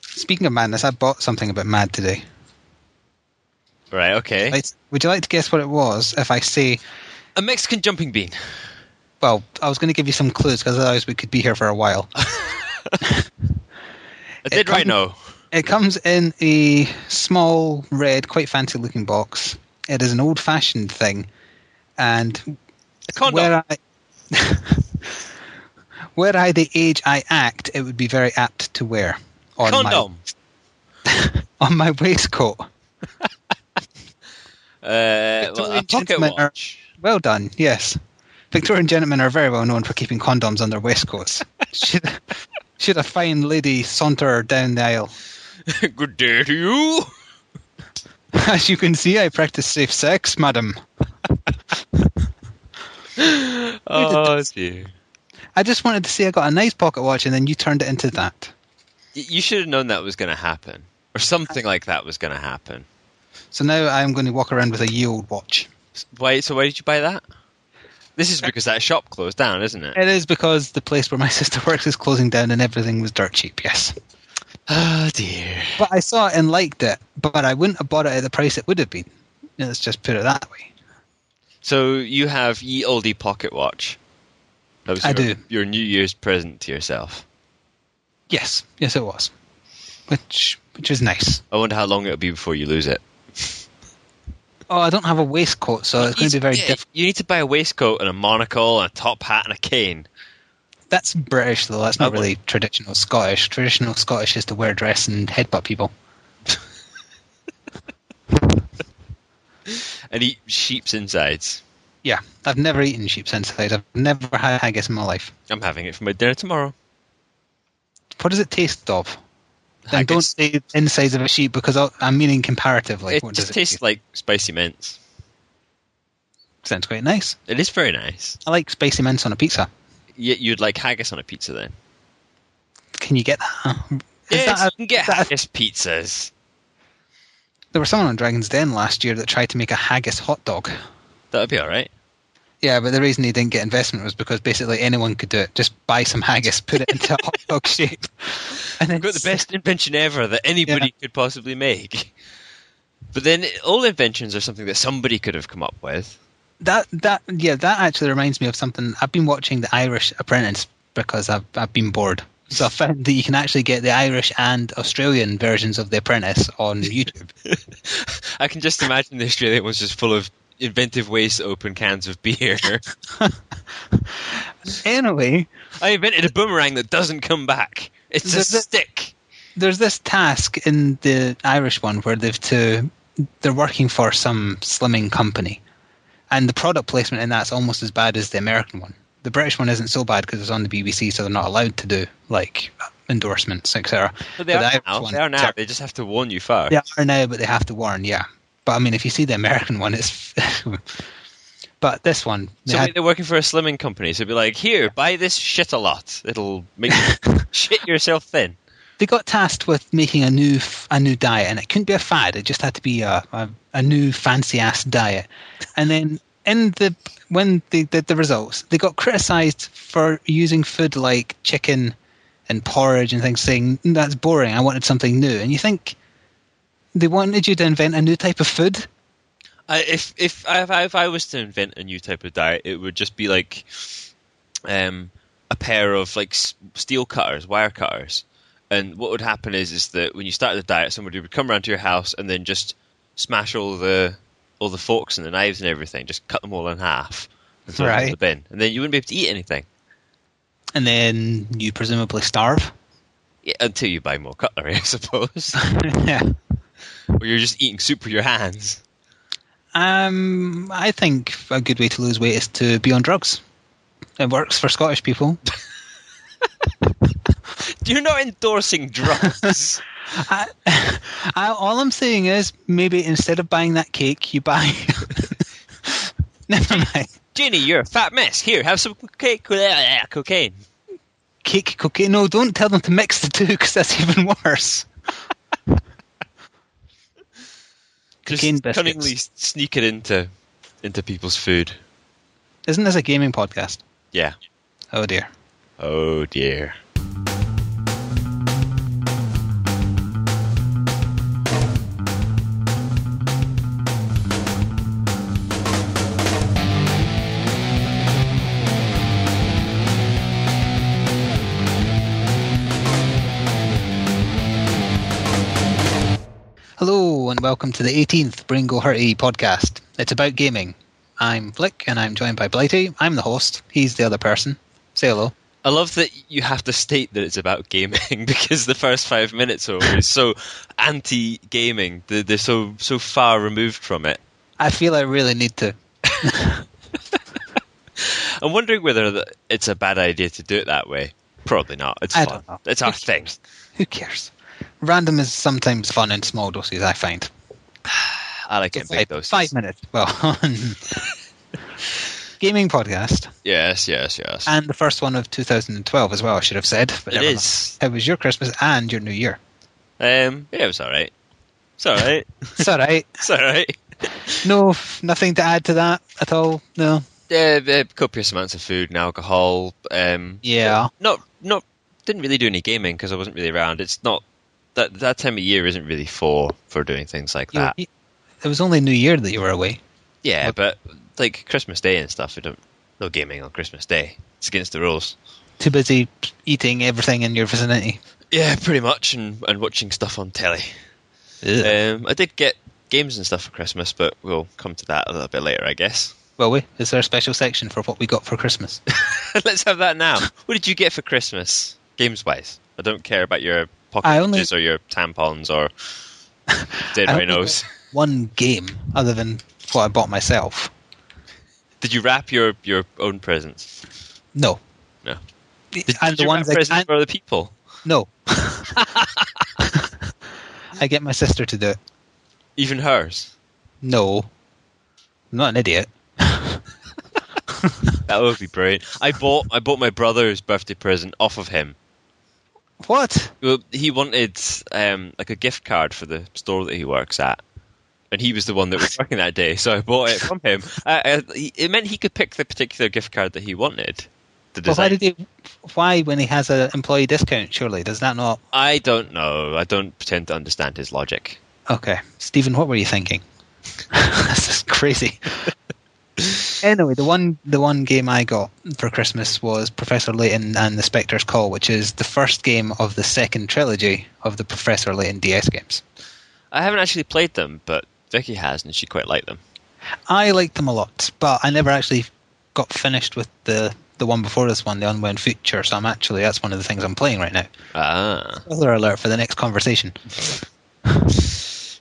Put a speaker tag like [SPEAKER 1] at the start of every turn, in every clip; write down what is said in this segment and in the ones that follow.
[SPEAKER 1] Speaking of madness, I bought something a bit mad today.
[SPEAKER 2] Right, okay.
[SPEAKER 1] Like, would you like to guess what it was if I say,
[SPEAKER 2] A Mexican jumping bean.
[SPEAKER 1] well, I was going to give you some clues because otherwise we could be here for a while.
[SPEAKER 2] I did
[SPEAKER 1] comes-
[SPEAKER 2] right know.
[SPEAKER 1] It comes in a small, red, quite fancy looking box. It is an old fashioned thing. And
[SPEAKER 2] A condom.
[SPEAKER 1] where I. Were I the age I act, it would be very apt to wear on
[SPEAKER 2] condom.
[SPEAKER 1] my on my waistcoat.
[SPEAKER 2] Uh, well, a
[SPEAKER 1] Victorian
[SPEAKER 2] pocket
[SPEAKER 1] gentlemen are-
[SPEAKER 2] watch.
[SPEAKER 1] Well done. Yes, Victorian gentlemen are very well known for keeping condoms on their waistcoats. should, should a fine lady saunter down the aisle?
[SPEAKER 2] Good day to you.
[SPEAKER 1] As you can see, I practice safe sex, madam.
[SPEAKER 2] Oh, it's you.
[SPEAKER 1] I just wanted to say I got a nice pocket watch, and then you turned it into that.
[SPEAKER 2] Y- You should have known that was going to happen, or something like that was going to happen.
[SPEAKER 1] So now I'm going to walk around with a year old watch.
[SPEAKER 2] S- Why? So why did you buy that? This is because that shop closed down, isn't it?
[SPEAKER 1] It is because the place where my sister works is closing down, and everything was dirt cheap. Yes,
[SPEAKER 2] Oh dear.
[SPEAKER 1] but I saw it and liked it, but I wouldn't have bought it at the price it would have been. Let's just put it that way.
[SPEAKER 2] So you have ye oldie pocket watch. That was
[SPEAKER 1] I
[SPEAKER 2] your,
[SPEAKER 1] do.
[SPEAKER 2] Your New Year's present to yourself.
[SPEAKER 1] Yes, yes, it was, which which was nice.
[SPEAKER 2] I wonder how long it'll be before you lose it.
[SPEAKER 1] Oh, I don't have a waistcoat, so it's going to be very
[SPEAKER 2] Yeah,
[SPEAKER 1] different.
[SPEAKER 2] You need to buy a waistcoat and a monocle and a top hat and a cane.
[SPEAKER 1] That's British, though. That's not
[SPEAKER 2] Okay.
[SPEAKER 1] really traditional Scottish. Traditional Scottish is to wear a dress and headbutt people.
[SPEAKER 2] and eat sheep's insides.
[SPEAKER 1] Yeah, I've never eaten sheep's inside. I've never had haggis in my life.
[SPEAKER 2] I'm having it for my dinner tomorrow.
[SPEAKER 1] What does it taste of? And don't
[SPEAKER 2] Haggis.
[SPEAKER 1] say insides of a sheep because I'll- I'm meaning comparatively.
[SPEAKER 2] It
[SPEAKER 1] what does
[SPEAKER 2] just
[SPEAKER 1] it
[SPEAKER 2] tastes
[SPEAKER 1] taste?
[SPEAKER 2] like spicy mince.
[SPEAKER 1] Sounds quite nice.
[SPEAKER 2] It is very nice.
[SPEAKER 1] I like spicy mince on a pizza.
[SPEAKER 2] Yet you'd like haggis on a pizza then.
[SPEAKER 1] Can you get that? Is
[SPEAKER 2] Yes,
[SPEAKER 1] that a-
[SPEAKER 2] you can get
[SPEAKER 1] is that a-
[SPEAKER 2] haggis pizzas.
[SPEAKER 1] there was someone on Dragon's Den last year that tried to make a haggis hot dog.
[SPEAKER 2] That would be all right.
[SPEAKER 1] Yeah, but the reason he didn't get investment was because basically anyone could do it. Just buy some haggis, put it into a hot dog shape, and then
[SPEAKER 2] We've got the best invention ever that anybody
[SPEAKER 1] Yeah.
[SPEAKER 2] could possibly make. But then all inventions are something that somebody could have come up with.
[SPEAKER 1] That that yeah, that actually reminds me of something. I've been watching The Irish Apprentice because I've I've been bored. So I found that you can actually get the Irish and Australian versions of The Apprentice on YouTube.
[SPEAKER 2] I can just imagine the Australian one's just full of inventive ways to open cans of beer.
[SPEAKER 1] anyway,
[SPEAKER 2] I invented a boomerang that doesn't come back. It's a
[SPEAKER 1] Does it-
[SPEAKER 2] stick.
[SPEAKER 1] there's this task in the Irish one where they've to they're working for some slimming company, and the product placement in that's almost as bad as the American one. The British one isn't so bad because it's on the BBC, so they're not allowed to do like endorsements, etc.
[SPEAKER 2] But they
[SPEAKER 1] the
[SPEAKER 2] are
[SPEAKER 1] Irish
[SPEAKER 2] now.
[SPEAKER 1] one-
[SPEAKER 2] They are now. They just have to warn you first.
[SPEAKER 1] They are now, but they have to warn. Yeah, but I mean, if you see the American one, it's. but this one, they
[SPEAKER 2] So
[SPEAKER 1] had-
[SPEAKER 2] wait, they're working for a slimming company. So it'd be like, here, buy this shit a lot. It'll make you shit yourself thin.
[SPEAKER 1] they got tasked with making a new f- a new diet, and it couldn't be a fad. It just had to be a a, a new fancy ass diet. And then in the when they did the results, they got criticised for using food like chicken and porridge and things, saying "Mm, that's boring. I wanted something new. And you think they wanted you to invent a new type of food?
[SPEAKER 2] I, if if I, if I if I was to invent a new type of diet, it would just be like, um, a pair of like s- steel cutters, wire cutters. And what would happen is is that when you started the diet, somebody would come around to your house and then just smash all the all the forks and the knives and everything, just cut them all in half and throw them in
[SPEAKER 1] Right.
[SPEAKER 2] the bin, and then you wouldn't be able to eat anything
[SPEAKER 1] And then you presumably starve.
[SPEAKER 2] yeah, until you buy more cutlery, I suppose.
[SPEAKER 1] yeah.
[SPEAKER 2] or you're just eating soup with your hands.
[SPEAKER 1] Um, I think a good way to lose weight is to be on drugs. It works for Scottish people.
[SPEAKER 2] You're not endorsing drugs.
[SPEAKER 1] I, I, all I'm saying is maybe instead of buying that cake, you buy. Never mind.
[SPEAKER 2] Ginny, you're a fat mess. Here, have some cocaine. cocaine.
[SPEAKER 1] Cake, cocaine. No, don't tell them to mix the two because that's even worse.
[SPEAKER 2] Just
[SPEAKER 1] Cocaine biscuits.
[SPEAKER 2] cunningly sneak it into into people's food.
[SPEAKER 1] Isn't this a gaming podcast?
[SPEAKER 2] Yeah.
[SPEAKER 1] Oh dear.
[SPEAKER 2] Oh dear.
[SPEAKER 1] Hello and welcome to the 18th Brain Go Hurty podcast. It's about gaming. I'm Flick and I'm joined by Blighty. I'm the host. He's the other person. Say hello.
[SPEAKER 2] I love that you have to state that it's about gaming because the first five minutes are always so anti-gaming. They're, they're so so far removed from it.
[SPEAKER 1] I feel I really need to.
[SPEAKER 2] I'm wondering whether th- it's a bad idea to do it that way. Probably not. It's
[SPEAKER 1] I
[SPEAKER 2] fun.
[SPEAKER 1] don't know.
[SPEAKER 2] It's our thing.
[SPEAKER 1] Who cares? Random is sometimes fun in small doses, I find.
[SPEAKER 2] I like it in big
[SPEAKER 1] Five-
[SPEAKER 2] doses.
[SPEAKER 1] Five minutes. Well, gaming podcast
[SPEAKER 2] Yes, yes, yes.
[SPEAKER 1] and the first one of 2012 as well. I should have said. But
[SPEAKER 2] it
[SPEAKER 1] never
[SPEAKER 2] is.
[SPEAKER 1] mind. How was your Christmas and your New Year?
[SPEAKER 2] Um, yeah, it was all right. It's all right.
[SPEAKER 1] It's all right.
[SPEAKER 2] it's all right.
[SPEAKER 1] No, f- nothing to add to that at all. No.
[SPEAKER 2] Yeah, uh, copious amounts of food and alcohol. Um,
[SPEAKER 1] Yeah.
[SPEAKER 2] not not didn't really do any gaming because I wasn't really around. It's not that that time of year isn't really for for doing things like
[SPEAKER 1] You were-
[SPEAKER 2] that.
[SPEAKER 1] it was only New Year that you were away.
[SPEAKER 2] Yeah, but like Christmas Day and stuff, we don't no gaming on Christmas Day. It's against the rules.
[SPEAKER 1] Too busy eating everything in your vicinity.
[SPEAKER 2] Yeah, pretty much, and and watching stuff on telly.
[SPEAKER 1] Uh,
[SPEAKER 2] Um, I did get games and stuff for Christmas, but we'll come to that a little bit later, I guess.
[SPEAKER 1] Well, we is there a special section for what we got for Christmas?
[SPEAKER 2] Let's have that now. What did you get for Christmas, games wise? I don't care about your pocket
[SPEAKER 1] I only-
[SPEAKER 2] watches or your tampons or dead
[SPEAKER 1] I only
[SPEAKER 2] rhinos.
[SPEAKER 1] One game other than what I bought myself.
[SPEAKER 2] Did you wrap your, your own presents?
[SPEAKER 1] No.
[SPEAKER 2] No.
[SPEAKER 1] The-
[SPEAKER 2] Did,
[SPEAKER 1] and
[SPEAKER 2] did
[SPEAKER 1] the
[SPEAKER 2] you
[SPEAKER 1] ones
[SPEAKER 2] wrap
[SPEAKER 1] I,
[SPEAKER 2] presents
[SPEAKER 1] and,
[SPEAKER 2] for other people?
[SPEAKER 1] no. I get my sister to do it.
[SPEAKER 2] Even hers?
[SPEAKER 1] No. I'm not an idiot.
[SPEAKER 2] That would be brilliant. I bought I bought my brother's birthday present off of him.
[SPEAKER 1] What?
[SPEAKER 2] Well, he wanted um, like a gift card for the store that he works at, and he was the one that was working that day, so I bought it from him. I, I, he- it meant he could pick the particular gift card that he wanted.
[SPEAKER 1] Well,
[SPEAKER 2] The design.
[SPEAKER 1] why did he? Why when he has an employee discount? Surely does that not?
[SPEAKER 2] I don't know. I don't pretend to understand his logic.
[SPEAKER 1] Okay, Stephen, what were you thinking? this is crazy. anyway, the one the one game I got for Christmas was Professor Layton and the Spectre's Call, which is the first game of the second trilogy of the Professor Layton DS games.
[SPEAKER 2] I haven't actually played them, but Vicky has, and she quite liked them.
[SPEAKER 1] I liked them a lot, but I never actually got finished with the the one before this one, the Unwound Future. So I'm actually that's one of the things I'm playing right now.
[SPEAKER 2] Ah.
[SPEAKER 1] Spoiler alert for the next conversation.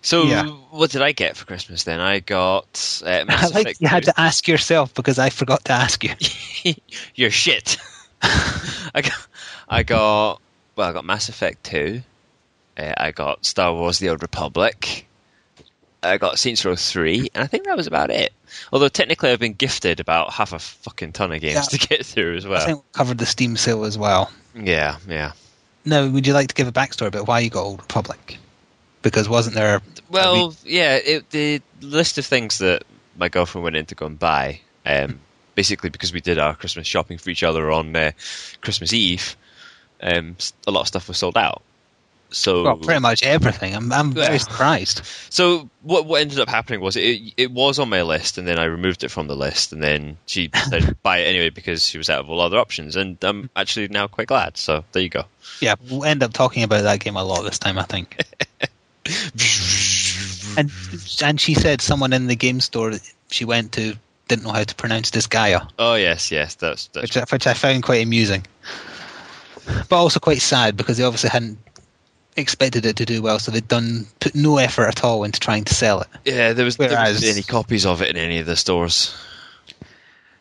[SPEAKER 2] So,
[SPEAKER 1] Yeah.
[SPEAKER 2] what did I get for Christmas then? I got. Uh,
[SPEAKER 1] I
[SPEAKER 2] Mass
[SPEAKER 1] like
[SPEAKER 2] Effect
[SPEAKER 1] you had
[SPEAKER 2] 2.
[SPEAKER 1] to ask yourself because I forgot to ask you.
[SPEAKER 2] You're shit. I got, I got, well, I got Mass Effect 2. Uh, I got Star Wars The Old Republic. I got Saints Row 3, and I think that was about it. Although technically I've been gifted about half a fucking ton of games
[SPEAKER 1] Yeah.
[SPEAKER 2] to get through as
[SPEAKER 1] I
[SPEAKER 2] well.
[SPEAKER 1] think we covered the Steam sale as well.
[SPEAKER 2] Yeah, yeah.
[SPEAKER 1] No, would you like to give a backstory about why you got Old Republic? Because wasn't there?
[SPEAKER 2] Well, yeah, it, the list of things that my girlfriend went in to go and buy, um, basically because we did our Christmas shopping for each other on uh, Christmas Eve, um, s- a lot of stuff was sold out. So
[SPEAKER 1] Well, pretty much everything. I'm, I'm very
[SPEAKER 2] Yeah.
[SPEAKER 1] surprised.
[SPEAKER 2] So what what ended up happening was it it was on my list, and then I removed it from the list, and then she decided to buy it anyway because she was out of all other options, and
[SPEAKER 1] Mm.
[SPEAKER 2] I'm actually now quite glad. So there you go.
[SPEAKER 1] Yeah, we'll end up talking about that game a lot this time, I think. And and she said someone in the game store she went to didn't know how to pronounce this Gaia,
[SPEAKER 2] oh yes, yes, that's that's
[SPEAKER 1] which I- which I found quite amusing, but also quite sad because they obviously hadn't expected it to do well, so they'd done put no effort at all into trying to sell it.
[SPEAKER 2] yeah. There was there
[SPEAKER 1] Whereas-
[SPEAKER 2] wasn't any copies of it in any of the stores.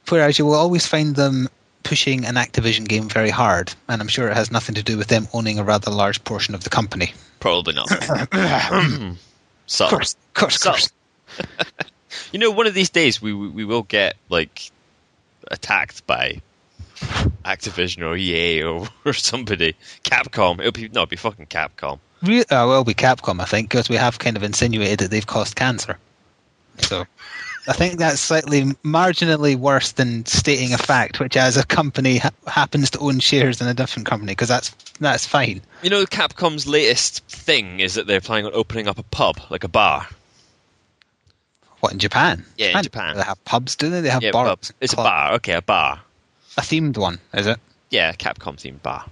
[SPEAKER 1] Whereas you will always find them pushing an Activision game very hard, and I'm sure it has nothing to do with them owning a rather large portion of the company.
[SPEAKER 2] Probably not. so
[SPEAKER 1] Of course, of course, of
[SPEAKER 2] So-
[SPEAKER 1] course.
[SPEAKER 2] you know, one of these days we we we will get like attacked by. Activision or EA or, or somebody, Capcom. It'll be no, it'll be fucking Capcom.
[SPEAKER 1] Re- uh, well, we Capcom, I think, because we have kind of insinuated that they've caused cancer. So, I think that's slightly marginally worse than stating a fact, which as a company ha- happens to own shares in a different company, because that's that's fine.
[SPEAKER 2] You know, Capcom's latest thing is that they're planning on opening up a pub, like a bar.
[SPEAKER 1] What in Japan?
[SPEAKER 2] Yeah, in
[SPEAKER 1] I don't
[SPEAKER 2] Japan.
[SPEAKER 1] know, They have pubs, do they? They have
[SPEAKER 2] Yeah,
[SPEAKER 1] bars.
[SPEAKER 2] pub. It's a
[SPEAKER 1] clubs.
[SPEAKER 2] bar. Okay, a bar.
[SPEAKER 1] A themed one, is it?
[SPEAKER 2] Yeah, Capcom themed bar.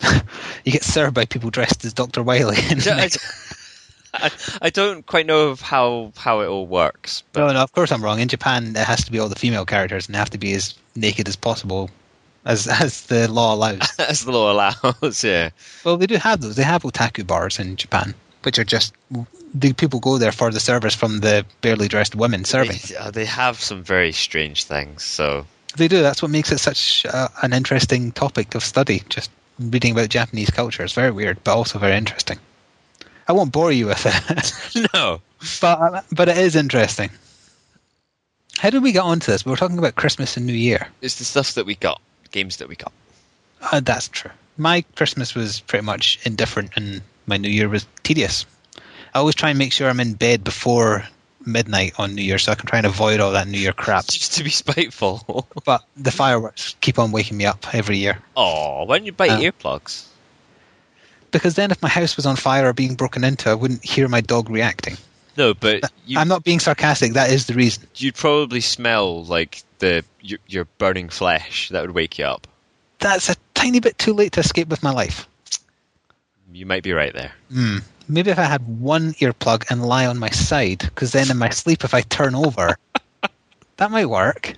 [SPEAKER 1] You get served by people dressed as Doctor Wiley. in the
[SPEAKER 2] So
[SPEAKER 1] next
[SPEAKER 2] it's- I, I don't quite know of how how it all works. But
[SPEAKER 1] No, no, of course I'm wrong. In Japan, it has to be all the female characters and they have to be as naked as possible, as as the law allows.
[SPEAKER 2] as the law allows, yeah.
[SPEAKER 1] well, they do have those. They have otaku bars in Japan, which are just the people go there for the service from the barely dressed women serving.
[SPEAKER 2] They, uh, they have some very strange things. So
[SPEAKER 1] They do. That's what makes it such uh, an interesting topic of study. Just reading about Japanese culture. It's very weird, but also very interesting. I won't bore you with it,
[SPEAKER 2] no,
[SPEAKER 1] but but it is interesting. How did we get onto this? We were talking about Christmas and New Year.
[SPEAKER 2] it's the stuff that we got, games that we got.
[SPEAKER 1] Uh, that's true. My Christmas was pretty much indifferent, and my New Year was tedious. I always try and make sure I'm in bed before midnight on New Year, so I can try and avoid all that New Year crap.
[SPEAKER 2] Just to be spiteful.
[SPEAKER 1] But the fireworks keep on waking me up every year.
[SPEAKER 2] Oh, why don't you buy
[SPEAKER 1] Um,
[SPEAKER 2] earplugs?
[SPEAKER 1] Because then, if my house was on fire or being broken into, I wouldn't hear my dog reacting.
[SPEAKER 2] No, but you,
[SPEAKER 1] uh, I'm not being sarcastic. That is the reason.
[SPEAKER 2] you'd probably smell like the your, your burning flesh. That would wake you up.
[SPEAKER 1] That's a tiny bit too late to escape with my life.
[SPEAKER 2] You might be right there.
[SPEAKER 1] Hmm. Maybe if I had one earplug and lie on my side, because then in my sleep, if I turn over, that might work.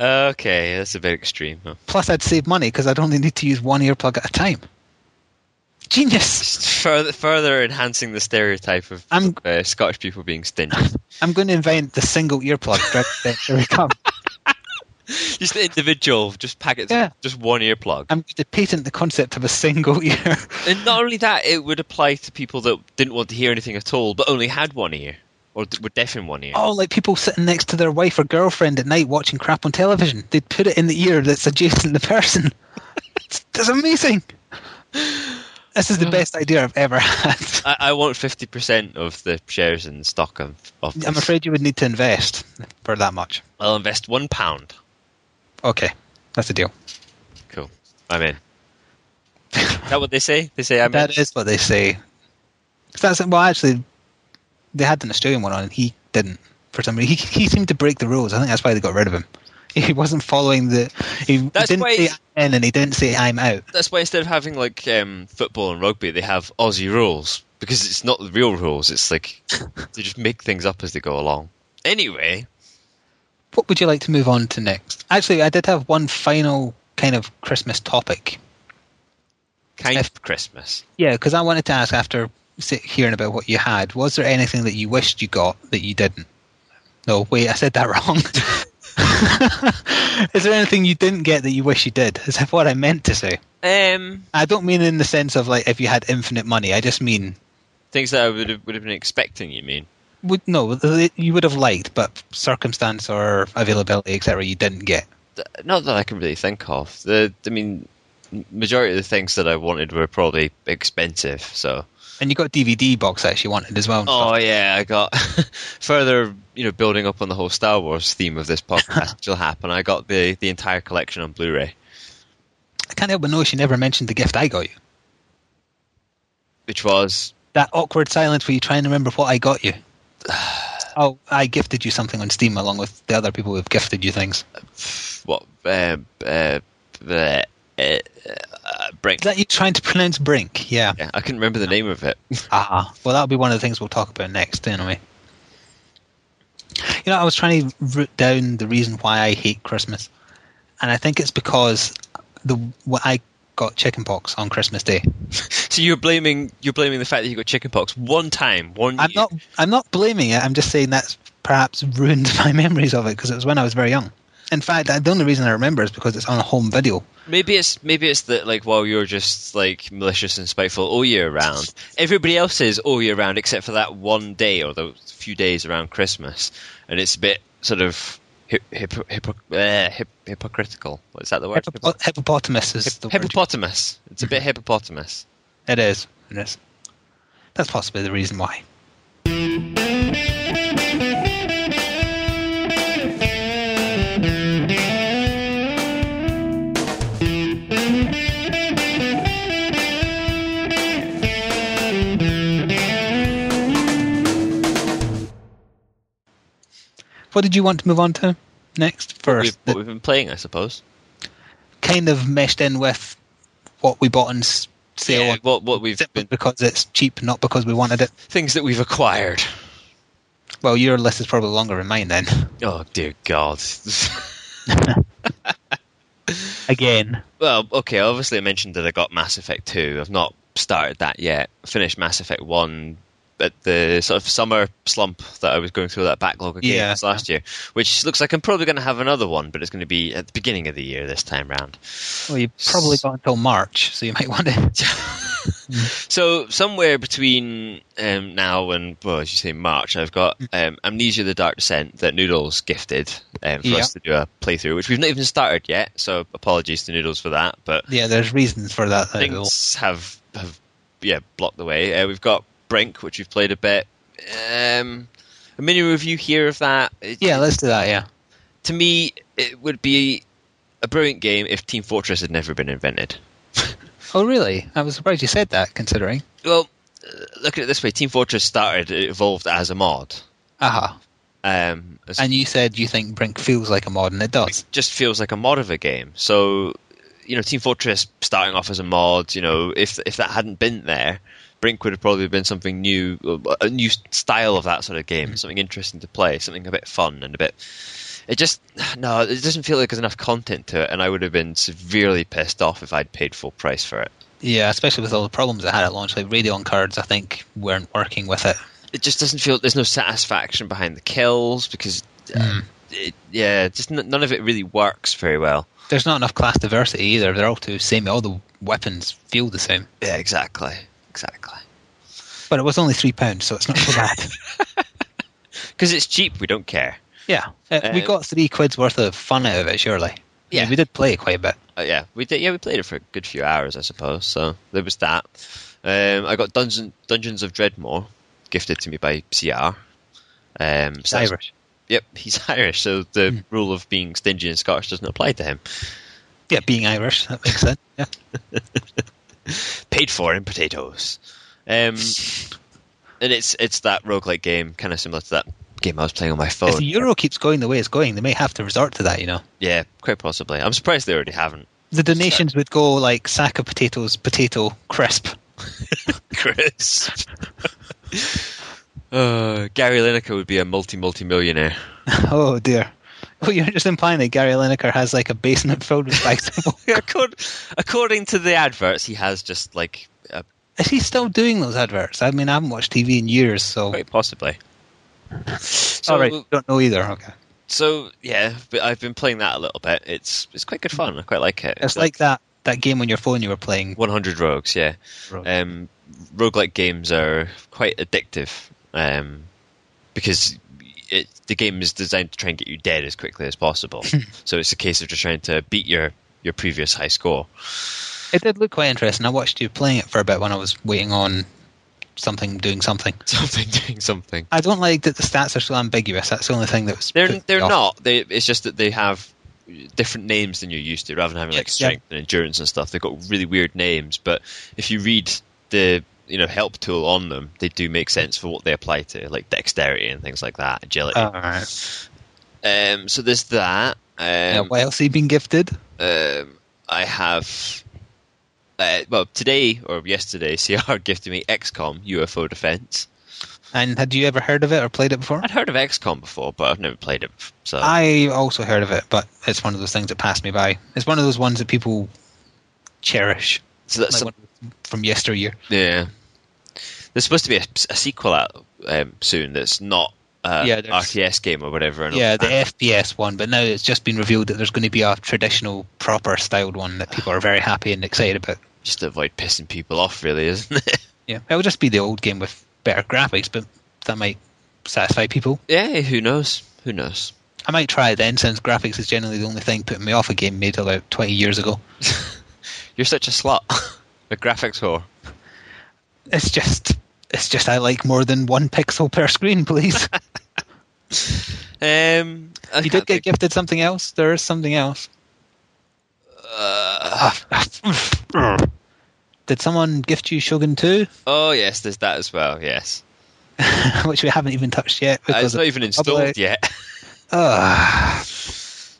[SPEAKER 2] Okay, that's a bit extreme. huh?
[SPEAKER 1] Plus, I'd save money because I'd only need to use one earplug at a time. Genius!
[SPEAKER 2] Just further, further enhancing the stereotype of
[SPEAKER 1] I'm-
[SPEAKER 2] uh, Scottish people being stingy.
[SPEAKER 1] I'm going to invent the single earplug. Brett. There we come.
[SPEAKER 2] just the individual, just packets,
[SPEAKER 1] Yeah.
[SPEAKER 2] just one earplug.
[SPEAKER 1] I'm going to patent the concept of a single ear.
[SPEAKER 2] And not only that, it would apply to people that didn't want to hear anything at all, but only had one ear or d- were deaf in one ear.
[SPEAKER 1] Oh, like people sitting next to their wife or girlfriend at night watching crap on television. They'd put it in the ear that's adjacent to the person. It's- That's amazing. This is the best idea I've ever had.
[SPEAKER 2] I, I want fifty percent of the shares in stock of. of
[SPEAKER 1] I'm
[SPEAKER 2] this.
[SPEAKER 1] afraid you would need to invest for that much.
[SPEAKER 2] I'll invest one pound.
[SPEAKER 1] Okay, that's the deal.
[SPEAKER 2] Cool. I'm in. is that what they say? They say I'm in.
[SPEAKER 1] That is what they say. 'Cause That's well, actually, they had an Australian one on, and he didn't for some reason. He he seemed to break the rules. I think that's why they got rid of him. He wasn't following the. He
[SPEAKER 2] That's
[SPEAKER 1] didn't
[SPEAKER 2] why
[SPEAKER 1] say
[SPEAKER 2] he's-
[SPEAKER 1] I'm in, and he didn't say I'm out.
[SPEAKER 2] That's why instead of having like um, football and rugby, they have Aussie rules because it's not the real rules. It's like they just make things up as they go along. Anyway,
[SPEAKER 1] What would you like to move on to next? Actually, I did have one final kind of Christmas topic.
[SPEAKER 2] kind
[SPEAKER 1] If-
[SPEAKER 2] of Christmas.
[SPEAKER 1] Yeah, because I wanted to ask after si- hearing about what you had, was there anything that you wished you got that you didn't? No, wait, I said that wrong. Is there anything you didn't get that you wish you did? Is that what I meant to say?
[SPEAKER 2] Um,
[SPEAKER 1] I don't mean in the sense of like if you had infinite money. I just mean
[SPEAKER 2] things that I would have, would have been expecting. You mean?
[SPEAKER 1] would no th- you would have liked, but circumstance or availability, etc., you didn't get.
[SPEAKER 2] th- not that I can really think of. The, I mean, majority of the things that I wanted were probably expensive. So,
[SPEAKER 1] And you got DVD box sets you wanted as well. and stuff.
[SPEAKER 2] oh yeah, I got further, you know, building up on the whole Star Wars theme of this podcast, which will happen. I got the the entire collection on Blu-ray.
[SPEAKER 1] I can't help but notice you never mentioned the gift I got you.
[SPEAKER 2] Which was
[SPEAKER 1] That awkward silence where you try and remember what I got you. oh, I gifted you something on Steam along with the other people who've gifted you things.
[SPEAKER 2] what uh, uh, the uh, uh, Brink.
[SPEAKER 1] Is that you trying to pronounce Brink? Yeah.
[SPEAKER 2] Yeah, I couldn't remember the name of it.
[SPEAKER 1] Ah, well, that'll be one of the things we'll talk about next, anyway. You know, I was trying to root down the reason why I hate Christmas, and I think it's because the what I got chickenpox on Christmas Day.
[SPEAKER 2] so you're blaming you're blaming the fact that you got chickenpox one time, one.
[SPEAKER 1] I'm
[SPEAKER 2] year.
[SPEAKER 1] not. I'm not blaming it. I'm just saying that's perhaps ruined my memories of it because it was when I was very young. In fact, I, the only reason I remember is because it's on a home video.
[SPEAKER 2] Maybe it's maybe it's that like while you're just like malicious and spiteful all year round, everybody else is all year round except for that one day or those few days around Christmas, and it's a bit sort of hip, hip, hypo uh, hip, hypocritical. What is that the word?
[SPEAKER 1] Hippopo- hippopotamus is the
[SPEAKER 2] Hip-
[SPEAKER 1] word.
[SPEAKER 2] hippopotamus. It's a bit hippopotamus.
[SPEAKER 1] It is. It is. That's possibly the reason why. What did you want to move on to next?
[SPEAKER 2] We've,
[SPEAKER 1] First,
[SPEAKER 2] what we've been playing, I suppose.
[SPEAKER 1] kind of meshed in with what we bought on s- sale on-
[SPEAKER 2] what what we've
[SPEAKER 1] simply
[SPEAKER 2] been
[SPEAKER 1] because it's cheap, not because we wanted it.
[SPEAKER 2] things that we've acquired.
[SPEAKER 1] Well, your list is probably longer than mine then.
[SPEAKER 2] Oh dear God.
[SPEAKER 1] Again,
[SPEAKER 2] well, okay. Obviously, I mentioned that I got Mass Effect Two. I've not started that yet. I finished Mass Effect One at the sort of summer slump that I was going through that backlog of
[SPEAKER 1] Yeah.
[SPEAKER 2] games last year, which looks like I'm probably going to have another one, but it's going to be at the beginning of the year this time round.
[SPEAKER 1] well, you probably got until March, so you might want to.
[SPEAKER 2] So somewhere between um, now and well, as you say, March, I've got
[SPEAKER 1] Mm.
[SPEAKER 2] um, Amnesia: The Dark Descent that Noodles gifted um, for
[SPEAKER 1] Yeah.
[SPEAKER 2] us to do a playthrough, which we've not even started yet. So apologies to Noodles for that, but
[SPEAKER 1] Yeah, there's reasons for that. I will-
[SPEAKER 2] things have have yeah blocked the way. Uh, we've got Brink, which we've played a bit. Um, a mini review here of that. It-
[SPEAKER 1] Yeah, let's do that. Yeah,
[SPEAKER 2] to me, it would be a brilliant game if Team Fortress had never been invented.
[SPEAKER 1] Oh, really? I was surprised you said that, considering.
[SPEAKER 2] Well, uh, look at it this way: Team Fortress started, it evolved as a mod.
[SPEAKER 1] Aha.
[SPEAKER 2] Um, it's-
[SPEAKER 1] And you said you think Brink feels like a mod, and it does.
[SPEAKER 2] it just feels like a mod of a game. So, you know, Team Fortress starting off as a mod, you know, if if that hadn't been there, Brink would have probably been something new, a new style of that sort of game, something interesting to play, something a bit fun and a bit. It just no, it doesn't feel like there's enough content to it, and I would have been severely pissed off if I'd paid full price for it.
[SPEAKER 1] Yeah, especially with all the problems it had at launch, like Radeon cards, I think weren't working with it.
[SPEAKER 2] It just doesn't feel there's no satisfaction behind the kills because, uh, it, yeah, just n- none of it really works very well.
[SPEAKER 1] There's not enough class diversity either. They're all too same. All the weapons feel the same.
[SPEAKER 2] Yeah, exactly, exactly.
[SPEAKER 1] But it was only three pounds, so it's not so bad.
[SPEAKER 2] Because it's cheap, we don't care.
[SPEAKER 1] yeah, Uh, we
[SPEAKER 2] Uh,
[SPEAKER 1] got three quid's worth of fun out of it, surely. I mean,
[SPEAKER 2] Yeah.
[SPEAKER 1] we did play quite a bit.
[SPEAKER 2] Uh, yeah, we did. Yeah, we played it for a good few hours, I suppose. So there was that. Um, I got Dungeon, Dungeons of Dreadmore gifted to me by CR. Um,
[SPEAKER 1] It's
[SPEAKER 2] so that's-
[SPEAKER 1] Irish.
[SPEAKER 2] Yep, he's Irish, so the rule of being stingy and Scottish doesn't apply to him.
[SPEAKER 1] Yeah, being Irish, that makes sense. Yeah.
[SPEAKER 2] Paid for in potatoes. Um, and it's it's that roguelike game, kind of similar to that game I was playing on my phone.
[SPEAKER 1] If the euro keeps going the way it's going, they may have to resort to that, you know.
[SPEAKER 2] yeah, quite possibly. I'm surprised they already haven't.
[SPEAKER 1] The donations would go like sack of potatoes, potato, crisp.
[SPEAKER 2] Chris. uh, Gary Lineker would be a multi multi millionaire.
[SPEAKER 1] Oh dear. Well, you're just implying that Gary Lineker has like a basement filled with bags. of water.
[SPEAKER 2] according, according to the adverts, he has just like uh,
[SPEAKER 1] Is he still doing those adverts? I mean, I haven't watched TV in years, so.
[SPEAKER 2] quite possibly. So,
[SPEAKER 1] All right, don't know either. Okay,
[SPEAKER 2] so yeah, but I've been playing that a little bit. It's it's quite good fun. I quite like it.
[SPEAKER 1] it's like that that game on your phone you were playing.
[SPEAKER 2] 100 Rogues. Yeah,
[SPEAKER 1] Rogue.
[SPEAKER 2] um, roguelike games are quite addictive um, because it, the game is designed to try and get you dead as quickly as possible. so it's a case of just trying to beat your your previous high score.
[SPEAKER 1] It did look quite interesting. I watched you playing it for a bit when I was waiting on something doing something.
[SPEAKER 2] Something doing something.
[SPEAKER 1] I don't like that the stats are so ambiguous. That's the only thing that was.
[SPEAKER 2] They're
[SPEAKER 1] put
[SPEAKER 2] they're
[SPEAKER 1] me off.
[SPEAKER 2] not. They, it's just that they have different names than you're used to. Rather than having like
[SPEAKER 1] Yeah.
[SPEAKER 2] strength and endurance and stuff, they've got really weird names. But if you read the you know help tool on them, they do make sense for what they apply to, like dexterity and things like that, agility.
[SPEAKER 1] All right.
[SPEAKER 2] um, so there's that. Um,
[SPEAKER 1] Yeah, what else have you been gifted?
[SPEAKER 2] um, I have. Uh, well, today or yesterday, CR gifted me XCOM UFO Defense.
[SPEAKER 1] And had you ever heard of it or played it before?
[SPEAKER 2] I'd heard of XCOM before, but I've never played it. So
[SPEAKER 1] I also heard of it, but it's one of those things that passed me by. It's one of those ones that people cherish,
[SPEAKER 2] so that's
[SPEAKER 1] like
[SPEAKER 2] some-
[SPEAKER 1] one from yesteryear.
[SPEAKER 2] Yeah. There's supposed to be a, a sequel out um, soon that's not uh,
[SPEAKER 1] Yeah, there's-
[SPEAKER 2] RTS game or whatever. and
[SPEAKER 1] Yeah, the
[SPEAKER 2] and
[SPEAKER 1] FPS one, but now it's just been revealed that there's going to be a traditional, proper styled one that people are very happy and excited about.
[SPEAKER 2] just to avoid pissing people off, really, isn't it?
[SPEAKER 1] Yeah, it'll just be the old game with better graphics, but that might satisfy people.
[SPEAKER 2] yeah, who knows? Who knows?
[SPEAKER 1] I might try it then, since graphics is generally the only thing putting me off a game made about 20 years ago.
[SPEAKER 2] You're such a slut. a graphics whore.
[SPEAKER 1] It's just, it's just I like more than one pixel per screen, please.
[SPEAKER 2] Um, I
[SPEAKER 1] you did
[SPEAKER 2] can't
[SPEAKER 1] get
[SPEAKER 2] think-
[SPEAKER 1] gifted something else. There is something else.
[SPEAKER 2] Uh,
[SPEAKER 1] did someone gift you Shogun 2?
[SPEAKER 2] Oh, yes, there's that as well, yes.
[SPEAKER 1] Which we haven't even touched yet.
[SPEAKER 2] Uh,
[SPEAKER 1] Because
[SPEAKER 2] it's not even installed
[SPEAKER 1] public.
[SPEAKER 2] yet.
[SPEAKER 1] Ugh.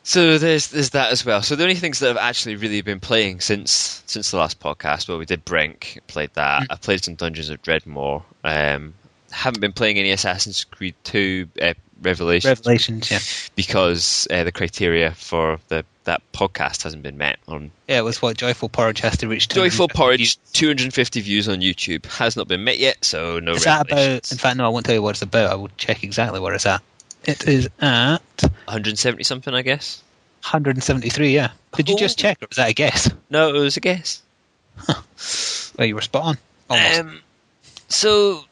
[SPEAKER 2] So there's there's that as well. So the only things that I've actually really been playing since since the last podcast, well, we did Brink, played that.
[SPEAKER 1] Mm.
[SPEAKER 2] I played some Dungeons of Dreadmore. Um, haven't been playing any Assassin's Creed Two uh, Revelations
[SPEAKER 1] Revelations, yeah.
[SPEAKER 2] because uh, the criteria for the that podcast hasn't been met on
[SPEAKER 1] Yeah, it was what Joyful Porridge has to reach.
[SPEAKER 2] Joyful
[SPEAKER 1] 250
[SPEAKER 2] Porridge, 250 views on YouTube has not been met yet, so no
[SPEAKER 1] Is that about?
[SPEAKER 2] revelations.
[SPEAKER 1] In fact, no, I won't tell you what it's about. I will check exactly where it's at. It is at
[SPEAKER 2] 170 something, I guess.
[SPEAKER 1] 173. Yeah. Did you just
[SPEAKER 2] Oh.
[SPEAKER 1] check, or was that a guess?
[SPEAKER 2] No, it was a guess.
[SPEAKER 1] Well, you were spot on. Almost.
[SPEAKER 2] Um, so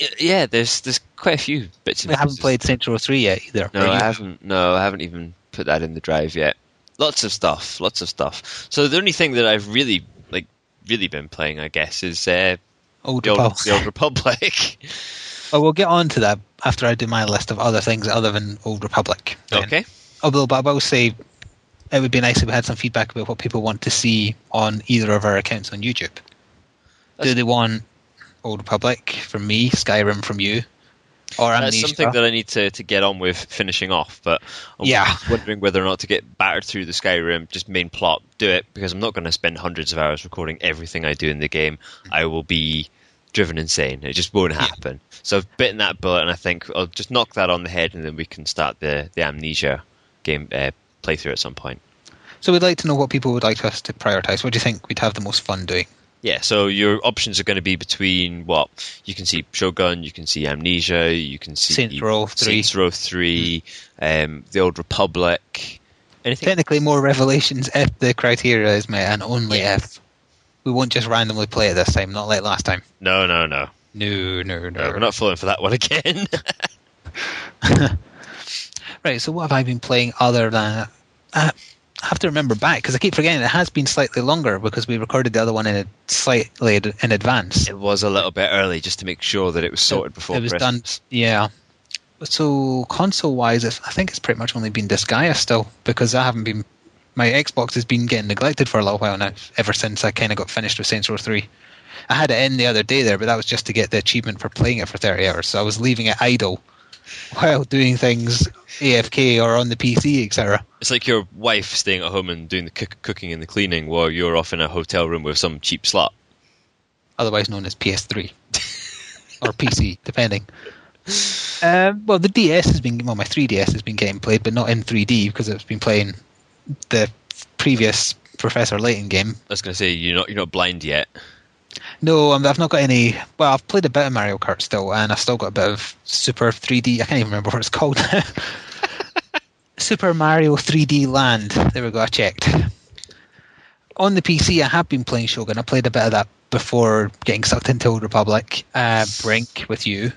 [SPEAKER 2] y- yeah, there's there's quite a few bits. And
[SPEAKER 1] we haven't
[SPEAKER 2] pieces.
[SPEAKER 1] played Central 3 yet either. Or
[SPEAKER 2] No,
[SPEAKER 1] you
[SPEAKER 2] I haven't. No, I haven't even put that in the drive yet. Lots of stuff. Lots of stuff. So the only thing that I've really like really been playing, I guess, is uh,
[SPEAKER 1] Old
[SPEAKER 2] the, old,
[SPEAKER 1] Republic.
[SPEAKER 2] the old Republic.
[SPEAKER 1] Well, we'll get on to that after I do my list of other things other than Old Republic. then.
[SPEAKER 2] okay.
[SPEAKER 1] Although, but I will say it would be nice if we had some feedback about what people want to see on either of our accounts on YouTube. do
[SPEAKER 2] That's-
[SPEAKER 1] they want Old Republic from me, Skyrim from you, or
[SPEAKER 2] That's
[SPEAKER 1] Amnesia?
[SPEAKER 2] something that I need to, to get on with finishing off, but I'm
[SPEAKER 1] Yeah.
[SPEAKER 2] wondering whether or not to get battered through the Skyrim just main plot, do it, because I'm not going to spend hundreds of hours recording everything I do in the game.
[SPEAKER 1] Hmm.
[SPEAKER 2] I will be driven insane. It just won't happen. So I've bitten that bullet, and I think I'll just knock that on the head, and then we can start the, the Amnesia game uh, playthrough at some point.
[SPEAKER 1] so we'd like to know what people would like us to prioritize. What do you think we'd have the most fun doing?
[SPEAKER 2] Yeah, so your options are going to be between what you can see Shogun, you can see Amnesia, you can see
[SPEAKER 1] Saints Row 3.
[SPEAKER 2] Saints Row Three, um, the Old Republic. Anything?
[SPEAKER 1] Technically, more revelations if the criteria is met, and only
[SPEAKER 2] Yeah.
[SPEAKER 1] if we won't just randomly play it this time, not like last time.
[SPEAKER 2] No, no, no,
[SPEAKER 1] No, no,
[SPEAKER 2] no.
[SPEAKER 1] no.
[SPEAKER 2] We're not falling for that one again.
[SPEAKER 1] Right. So, what have I been playing other than? Uh, I have to remember back because I keep forgetting it has been slightly longer because we recorded the other one in a slightly ad- in advance.
[SPEAKER 2] it was a little bit early, just to make sure that it was sorted before
[SPEAKER 1] it was done.
[SPEAKER 2] Christmas.
[SPEAKER 1] Yeah. So console wise, I think it's pretty much only been Disgaea still because I haven't been. My Xbox has been getting neglected for a little while now. Ever since I kind of got finished with Saints Row Three, I had it in the other day there, but that was just to get the achievement for playing it for thirty hours. So I was leaving it idle while doing things AFK or on the PC, etc.
[SPEAKER 2] It's like your wife staying at home and doing the cook- cooking and the cleaning while you're off in a hotel room with some cheap slut.
[SPEAKER 1] otherwise known as PS3 or PC, depending. Um, well, the DS has been well, my 3DS has been getting played, but not in 3D because it's been playing the previous Professor Layton game.
[SPEAKER 2] I was going to say you're not you're not blind yet.
[SPEAKER 1] No, I'm, I've not got any. Well, I've played a bit of Mario Kart still, and I've still got a bit of Super 3D. I can't even remember what it's called. now. Super Mario 3D Land. There we go. I checked. On the PC, I have been playing Shogun. I played a bit of that before getting sucked into Old Republic. Uh, Brink with you.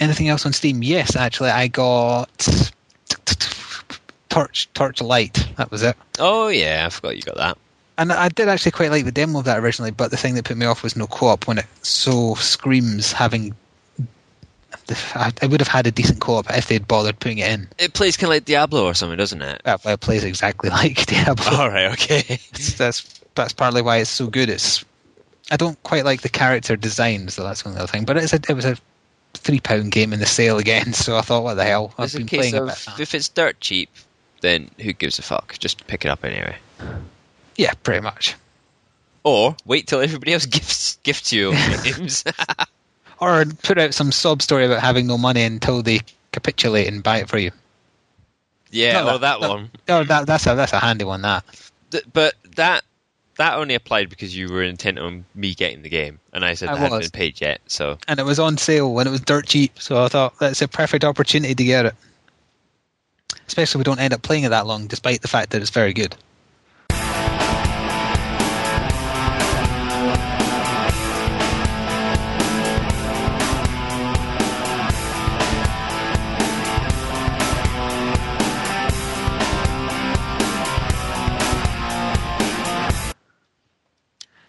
[SPEAKER 1] Anything else on Steam? Yes, actually, I got Torch Torch Light. That was it.
[SPEAKER 2] Oh yeah, I forgot you got that.
[SPEAKER 1] And I did actually quite like the demo of that originally, but the thing that put me off was no co-op when it so screams having. I I would have had a decent co-op if they'd bothered putting it in.
[SPEAKER 2] It plays kind of like Diablo or something, doesn't it?
[SPEAKER 1] That it plays exactly like Diablo.
[SPEAKER 2] All right, okay.
[SPEAKER 1] that's that's partly why it's so good. It's I don't quite like the character designs, so that's one other thing. But it's a, it was a three pound game in the sale again, so I thought, what the hell? I've
[SPEAKER 2] It's a
[SPEAKER 1] been
[SPEAKER 2] case
[SPEAKER 1] playing a
[SPEAKER 2] of,
[SPEAKER 1] bit. of that.
[SPEAKER 2] if it's dirt cheap, then who gives a fuck? Just pick it up anyway.
[SPEAKER 1] Yeah, pretty much.
[SPEAKER 2] Or wait till everybody else gifts gifts you games.
[SPEAKER 1] Or put out some sob story about having no money until they capitulate and buy it for you.
[SPEAKER 2] yeah,
[SPEAKER 1] No,
[SPEAKER 2] or that,
[SPEAKER 1] no.
[SPEAKER 2] one.
[SPEAKER 1] Oh, that, that's a that's a handy one. That.
[SPEAKER 2] Th- but that that only applied because you were intent on me getting the game, and I said
[SPEAKER 1] I
[SPEAKER 2] that hadn't
[SPEAKER 1] was.
[SPEAKER 2] been paid yet. So
[SPEAKER 1] and it was on sale when it was dirt cheap. So I thought that's a perfect opportunity to get it. Especially we don't end up playing it that long, despite the fact that it's very good.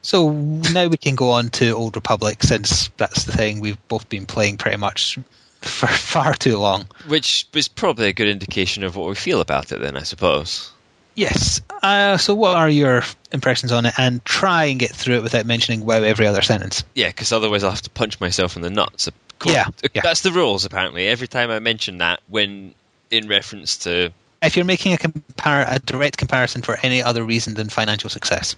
[SPEAKER 1] So now we can go on to Old Republic since that's the thing we've both been playing pretty much for far too long.
[SPEAKER 2] which was probably a good indication of what we feel about it. Then I suppose.
[SPEAKER 1] Yes. Uh, so what are your impressions on it? And try and get through it without mentioning WoW every other sentence.
[SPEAKER 2] Yeah, because otherwise I'll have to punch myself in the nuts. Of course.
[SPEAKER 1] Yeah, yeah.
[SPEAKER 2] that's the rules apparently. Every time I mention that, when in reference to
[SPEAKER 1] if you're making a compar- a direct comparison for any other reason than financial success.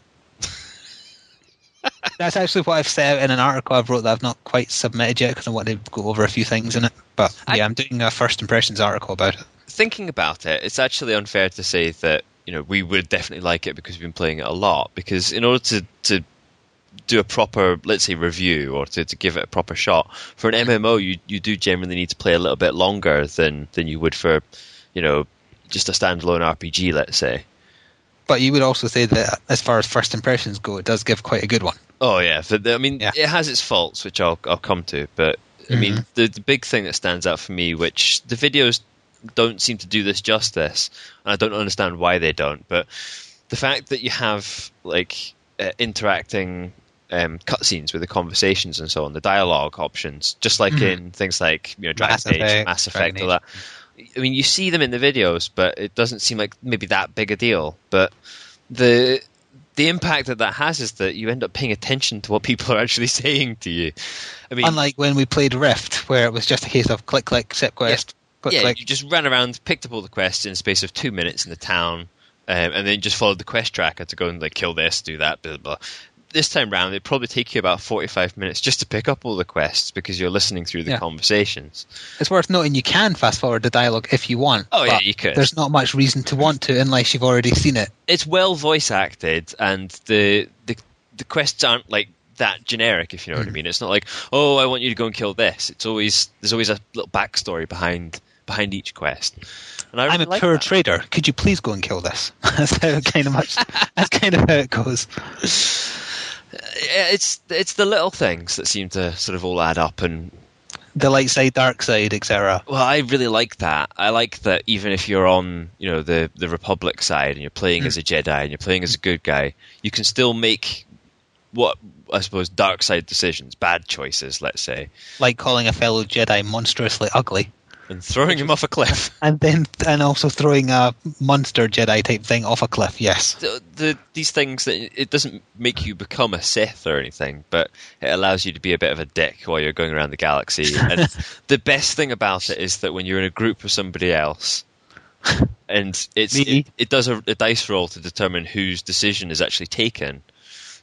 [SPEAKER 1] That's actually what I've set out in an article I've wrote that I've not quite submitted yet because I want to go over a few things in it. But
[SPEAKER 2] I-
[SPEAKER 1] yeah, I, am doing a first impressions article about it.
[SPEAKER 2] Thinking about it, it's actually unfair to say that you know we would definitely like it because we've been playing it a lot. Because in order to to do a proper, let's say, review or to, to give it a proper shot for an MMO, you you do generally need to play a little bit longer than than you would for you know just a standalone RPG, let's say.
[SPEAKER 1] But you would also say that as far as first impressions go, it does give quite a good one.
[SPEAKER 2] Oh yeah, but the, I mean,
[SPEAKER 1] Yeah. Mm-hmm.
[SPEAKER 2] it has its faults, which I'll I'll come to. But I mean, the, the big thing that stands out for me, which the videos don't seem to do this justice, and I don't understand why they don't. But the fact that you have like uh, interacting um, cutscenes with the conversations and so on, the dialogue options, just like in things like you know Dragon
[SPEAKER 1] Mm-hmm. Mass
[SPEAKER 2] Age,
[SPEAKER 1] Effect,
[SPEAKER 2] Mass Effect,
[SPEAKER 1] Dragon
[SPEAKER 2] all that. I mean, you see them in the videos, but it doesn't seem like maybe that big a deal. But the the impact that that has is that you end up paying attention to what people are actually saying to you. I mean,
[SPEAKER 1] Unlike when we played Rift, where it was just a case of click, click, set quest, click,
[SPEAKER 2] yeah,
[SPEAKER 1] click.
[SPEAKER 2] you just ran around, picked up all the quests in the space of two minutes in the town, um, and then just followed the quest tracker to go and like kill this, do that, blah blah. blah. This time round, it'd probably take you about forty-five minutes just to pick up all the quests because you're listening through the
[SPEAKER 1] Yeah.
[SPEAKER 2] conversations.
[SPEAKER 1] It's worth noting you can fast forward the dialogue if you want.
[SPEAKER 2] Oh, yeah,
[SPEAKER 1] but
[SPEAKER 2] you could.
[SPEAKER 1] There's not much reason to want to unless you've already seen it.
[SPEAKER 2] It's well voice acted, and the the the quests aren't like that generic, if you
[SPEAKER 1] Mm-hmm.
[SPEAKER 2] know what I mean. It's not like oh, I want you to go and kill this. It's always there's always a little backstory behind behind each quest. And I
[SPEAKER 1] I'm
[SPEAKER 2] really
[SPEAKER 1] a
[SPEAKER 2] like
[SPEAKER 1] poor
[SPEAKER 2] that.
[SPEAKER 1] trader. Could you please go and kill this? that's how kind of much. That's kind of how it goes.
[SPEAKER 2] it's it's the little things that seem to sort of all add up and
[SPEAKER 1] The light side, dark side, etc.
[SPEAKER 2] well i really like that i like that even if you're on you know the the republic side and you're playing as a
[SPEAKER 1] Mm.
[SPEAKER 2] jedi and you're playing as a good guy you can still make what i suppose dark side decisions bad choices let's say
[SPEAKER 1] Like calling a fellow Jedi monstrously ugly,
[SPEAKER 2] and throwing him off a cliff
[SPEAKER 1] and then and also throwing a monster Jedi type thing off a cliff. Yes,
[SPEAKER 2] the, the, these things that it doesn't make you become a Sith or anything, but it allows you to be a bit of a dick while you're going around the galaxy. And the best thing about it is that when you're in a group with somebody else, and it's
[SPEAKER 1] Me.
[SPEAKER 2] it, it does a, a dice roll to determine whose decision is actually taken.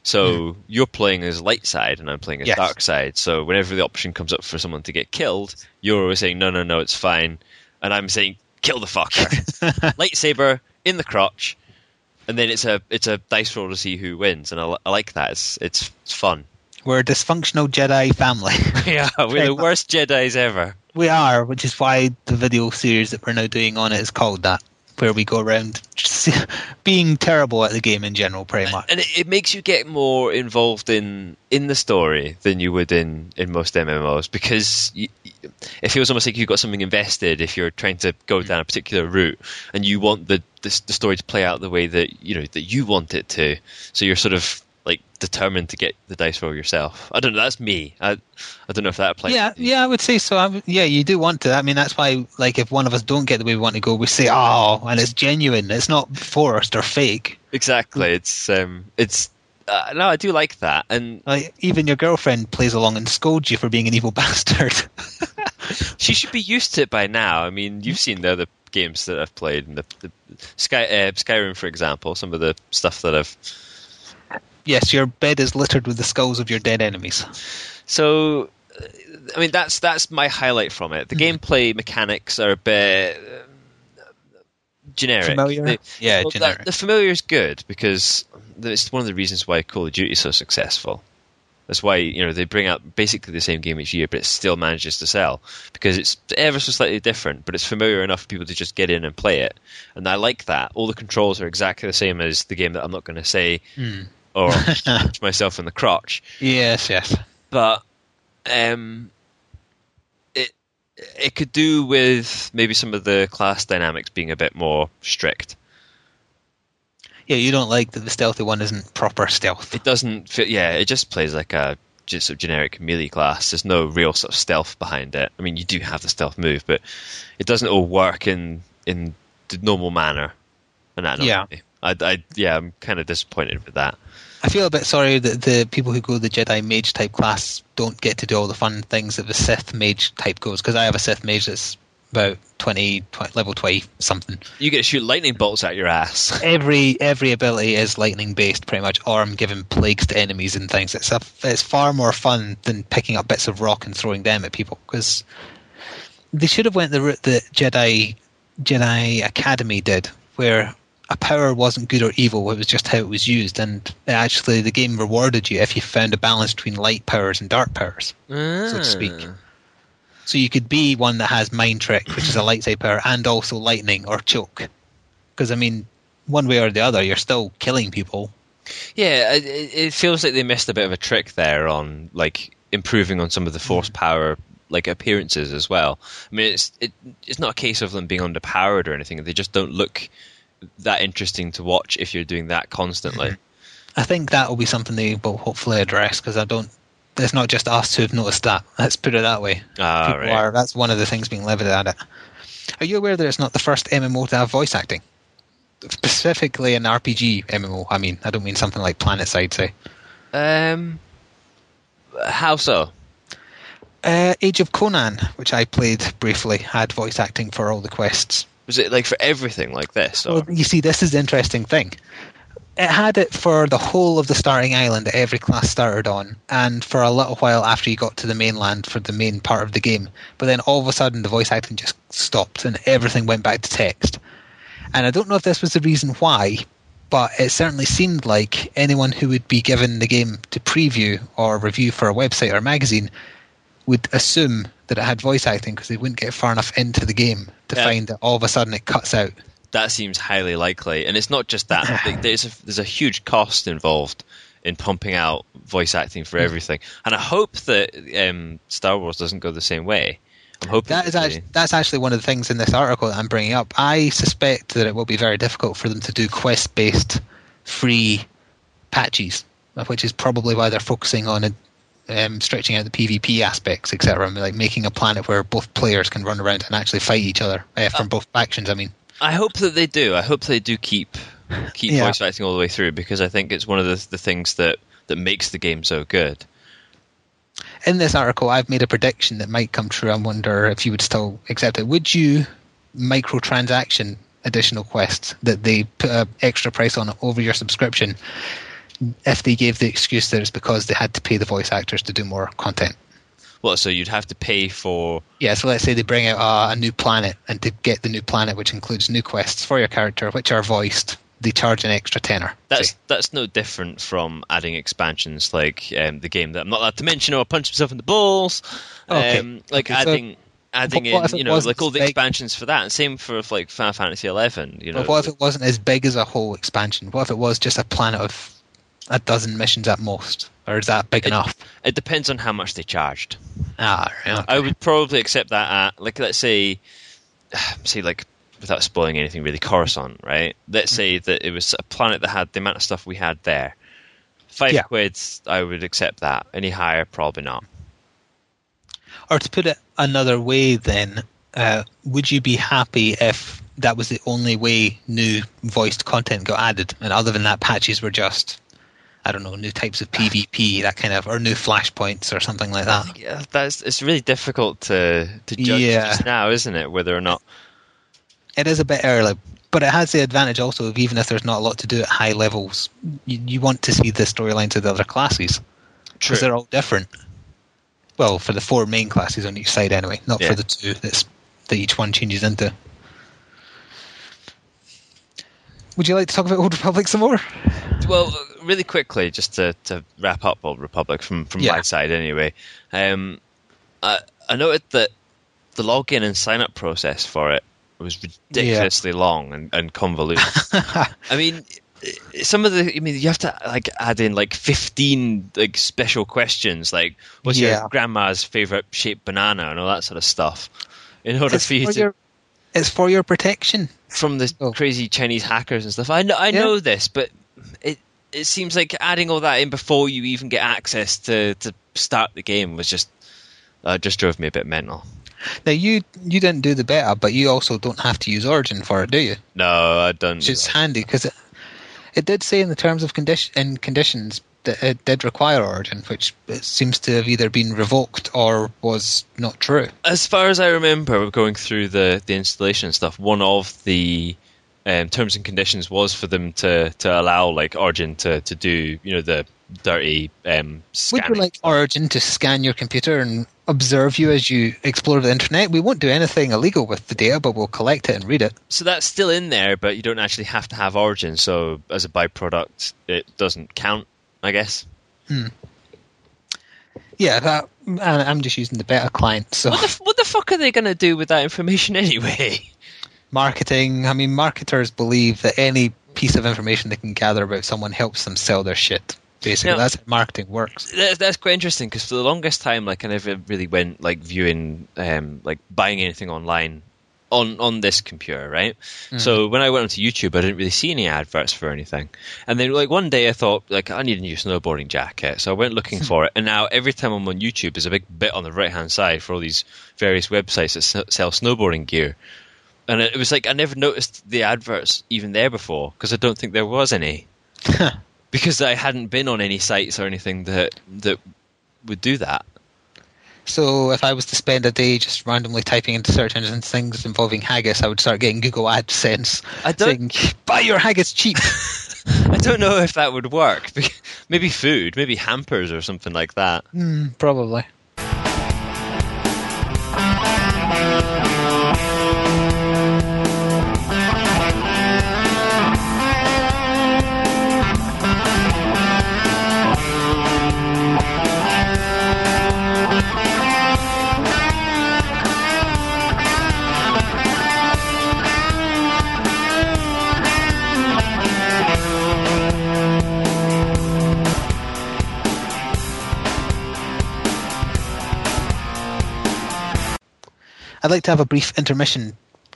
[SPEAKER 2] So you're playing as light side, and I'm playing as
[SPEAKER 1] Yes.
[SPEAKER 2] dark side. So whenever the option comes up for someone to get killed, you're always saying no, no, no, it's fine, and I'm saying kill the fucker, lightsaber in the crotch and then it's a it's a dice roll to see who wins, and I, li- I like that. It's it's, it's fun.
[SPEAKER 1] we're a dysfunctional Jedi family.
[SPEAKER 2] Yeah, we're
[SPEAKER 1] Fair
[SPEAKER 2] the
[SPEAKER 1] enough.
[SPEAKER 2] worst Jedi's ever.
[SPEAKER 1] we are, which is why the video series that we're now doing on it is called that, where we go around being terrible at the game in general, pretty much.
[SPEAKER 2] And it, it makes you get more involved in in the story than you would in in most MMOs because you, you- it feels almost like you've got something invested if you're trying to go down a particular route and you want the, the the story to play out the way that you know that you want it to. So you're sort of like determined to get the dice roll yourself. I don't know. That's me. I I don't know if that applies.
[SPEAKER 1] yeah,
[SPEAKER 2] to you.
[SPEAKER 1] yeah, I would say so. I would- yeah, you do want to. I mean, that's why, like, if one of us don't get the way we want to go, we say, "Oh," and it's genuine. It's not forced or fake.
[SPEAKER 2] Exactly. It's um, it's uh, no, I do like that, and
[SPEAKER 1] Like, even your girlfriend plays along and scolds you for being an evil bastard.
[SPEAKER 2] she should be used to it by now. I mean, you've seen the other games that I've played, and the, the Sky uh, Skyrim, for example, some of the stuff that I've.
[SPEAKER 1] yes, your bed is littered with the skulls of your dead enemies.
[SPEAKER 2] So, uh, I mean, that's that's my highlight from it. The gameplay mechanics are a bit. um, Generic.
[SPEAKER 1] Familiar? Yeah,
[SPEAKER 2] well, that-
[SPEAKER 1] generic.
[SPEAKER 2] the familiar is good because it's one of the reasons why Call of Duty is so successful. That's why you know they bring out basically the same game each year, but it still manages to sell because it's ever so slightly different, but it's familiar enough for people to just get in and play it. And I like that. All the controls are exactly the same as the game that I'm not going to say or punch myself in the crotch
[SPEAKER 1] Yes, yes.
[SPEAKER 2] but um, it it could do with maybe some of the class dynamics being a bit more strict.
[SPEAKER 1] Yeah, you don't like that the stealthy one isn't proper stealth.
[SPEAKER 2] It doesn't fit. Yeah, it just plays like a just a generic melee class. There's no real sort of stealth behind it. I mean, you do have the stealth move, but it doesn't all work in in the normal manner. And that
[SPEAKER 1] Yeah.
[SPEAKER 2] annoys me. I, I yeah, I'm kind of disappointed with that.
[SPEAKER 1] I feel a bit sorry that the people who go the Jedi mage type class don't get to do all the fun things that the Sith mage type goes because I have a Sith mage that's about 20, 20 level 20 something.
[SPEAKER 2] You get to shoot lightning bolts at your ass.
[SPEAKER 1] Every every ability is lightning based pretty much or I'm giving plagues to enemies and things. It's a, it's far more fun than picking up bits of rock and throwing them at people because they should have went the route that Jedi Jedi Academy did where a power wasn't good or evil, it was just how it was used and uh, actually the game rewarded you if you found a balance between light powers and dark powers, so to speak. Hmm. So you could be one that has mind trick, which is a light side power, and also lightning or choke. Because I mean, one way or the other, you're still killing people.
[SPEAKER 2] Yeah, it, it it feels like they missed a bit of a trick there on like improving on some of the
[SPEAKER 1] Mm.
[SPEAKER 2] force power like appearances as well. I mean, it's it, it's not a case of them being underpowered or anything. They just don't look that interesting to watch if you're doing that constantly.
[SPEAKER 1] I think that will be something they will hopefully address. Because I don't, it's not just us who have noticed that. Let's put it that way.
[SPEAKER 2] Ah,
[SPEAKER 1] People
[SPEAKER 2] right.
[SPEAKER 1] are- that's one of the things being levied at it. Are you aware that it's not the first MMO to have voice acting? Specifically, an RPG MMO. I mean, I don't mean something like PlanetSide, say.
[SPEAKER 2] Um, how so?
[SPEAKER 1] Uh, Age of Conan, which I played briefly, had voice acting for all the quests.
[SPEAKER 2] Was it like for everything like this? Or?
[SPEAKER 1] Well, you see, this is the interesting thing. It had it for the whole of the starting island that every class started on, and for a little while after you got to the mainland for the main part of the game. But then all of a sudden, the voice acting just stopped and everything went back to text. And I don't know if this was the reason why, but it certainly seemed like anyone who would be given the game to preview or review for a website or magazine would assume that it had voice acting because they wouldn't get far enough into the game to
[SPEAKER 2] Yeah.
[SPEAKER 1] find that all of a sudden it cuts out.
[SPEAKER 2] that seems highly likely. And it's not just that like, there's a, there's a huge cost involved in pumping out voice acting
[SPEAKER 1] Hmm.
[SPEAKER 2] for everything. And I hope that um, Star Wars doesn't go the same way. I'm hoping
[SPEAKER 1] That is
[SPEAKER 2] they-
[SPEAKER 1] actually, that's actually one of the things in this article that I'm bringing up. I suspect that it will be very difficult for them to do quest based free patches, which is probably why they're focusing on um, stretching out the PvP aspects, etc. Like making a planet where both players can run around and actually fight each other uh, from both factions. I mean,
[SPEAKER 2] I hope that they do. I hope they do keep keep
[SPEAKER 1] Yeah.
[SPEAKER 2] voice acting all the way through because I think it's one of the, the things that, that makes the game so good.
[SPEAKER 1] in this article, I've made a prediction that might come true. I wonder if you would still accept it. Would you microtransaction additional quests that they put an extra price on over your subscription if they gave the excuse that it's because they had to pay the voice actors to do more content?
[SPEAKER 2] Well, so you'd have to pay for
[SPEAKER 1] Yeah, so let's say they bring out uh, a new planet, and to get the new planet, which includes new quests for your character, which are voiced, they charge an extra tenner.
[SPEAKER 2] that's
[SPEAKER 1] say.
[SPEAKER 2] that's no different from adding expansions like um, the game that I'm not allowed to mention or punch myself in the balls.
[SPEAKER 1] Okay.
[SPEAKER 2] Um, like
[SPEAKER 1] Okay, so-
[SPEAKER 2] adding adding
[SPEAKER 1] But what if
[SPEAKER 2] in
[SPEAKER 1] it
[SPEAKER 2] you know
[SPEAKER 1] wasn't
[SPEAKER 2] like all the
[SPEAKER 1] like-
[SPEAKER 2] expansions for that. And same for like Final Fantasy Eleven. You know,
[SPEAKER 1] But what if it wasn't as big as a whole expansion? What if it was just a planet of a dozen missions at most? Or is that big enough?
[SPEAKER 2] it depends on how much they charged.
[SPEAKER 1] Ah, right, okay.
[SPEAKER 2] I would probably accept that at like let's say say like without spoiling anything really Coruscant, right? Let's
[SPEAKER 1] Mm.
[SPEAKER 2] say that it was a planet that had the amount of stuff we had there. Five
[SPEAKER 1] Yeah.
[SPEAKER 2] quids, I would accept that. Any higher, probably not.
[SPEAKER 1] Or to put it another way, then, uh, would you be happy if that was the only way new voiced content got added, and other than that, patches were just, I don't know, new types of PvP, that kind of, or new flashpoints or something like that?
[SPEAKER 2] Yeah, that's it's really difficult to to judge
[SPEAKER 1] Yeah.
[SPEAKER 2] just now, isn't it? Whether or not
[SPEAKER 1] It is a bit early, but it has the advantage also of even if there's not a lot to do at high levels, you, you want to see the storylines of the other classes. because they're all different. Well, for the four main classes on each side, anyway, not
[SPEAKER 2] Yeah.
[SPEAKER 1] for the two that's, that each one changes into. Would you like to talk about Old Republic some more?
[SPEAKER 2] Well, really quickly, just to, to wrap up Old Republic from from
[SPEAKER 1] Yeah.
[SPEAKER 2] my side anyway. Um, I I noted that the login and sign up process for it was ridiculously long and, and convoluted. I mean, i- some of the I mean, you have to like add in like fifteen like special questions, like what's
[SPEAKER 1] Yeah.
[SPEAKER 2] your grandma's favorite shaped banana and all that sort of stuff, in order for you to
[SPEAKER 1] your, it's for your protection.
[SPEAKER 2] from the
[SPEAKER 1] Oh.
[SPEAKER 2] crazy Chinese hackers and stuff. I know, I
[SPEAKER 1] Yeah.
[SPEAKER 2] know this, but it it seems like adding all that in before you even get access to, to start the game was just uh, just drove me a bit mental.
[SPEAKER 1] Now you you didn't do the beta, but you also don't have to use Origin for it, do you?
[SPEAKER 2] No, I don't.
[SPEAKER 1] Which is handy because it, it did say in the terms of condition and conditions that it did require Origin, which seems to have either been revoked or was not true.
[SPEAKER 2] As far as I remember, going through the the installation and stuff, one of the um, terms and conditions was for them to to allow like Origin to to do you know the dirty um, scanning.
[SPEAKER 1] Would you like Origin to scan your computer and observe you as you explore the internet? We won't do anything illegal with the data, but we'll collect it and read it.
[SPEAKER 2] so that's still in there, but you don't actually have to have Origin. So as a byproduct, it doesn't count, I guess.
[SPEAKER 1] Yeah, that, I- I'm just using the beta client. So
[SPEAKER 2] What the, f- what the fuck are they going to do with that information anyway?
[SPEAKER 1] marketing. I mean, marketers believe that any piece of information they can gather about someone helps them sell their shit. Basically,
[SPEAKER 2] Now-
[SPEAKER 1] that's how marketing works.
[SPEAKER 2] That's, that's quite interesting because for the longest time, like I never really went like viewing, um, like buying anything online on on this computer, right? So when I went onto YouTube, I didn't really see any adverts for anything. And then like one day, I thought like I need a new snowboarding jacket, so I went looking for it. And now every time I'm on YouTube, there's a big bit on the right hand side for all these various websites that s- sell snowboarding gear. And it it was like I never noticed the adverts even there before because I don't think there was any because I hadn't been on any sites or anything that that would do that.
[SPEAKER 1] So if I was to spend a day just randomly typing into search engines things involving haggis, I would start getting Google AdSense
[SPEAKER 2] I don't.
[SPEAKER 1] saying, "Buy your haggis cheap."
[SPEAKER 2] I don't know if that would work. Maybe food, maybe hampers or something like that.
[SPEAKER 1] Hmm, probably. I'd like to have a brief intermission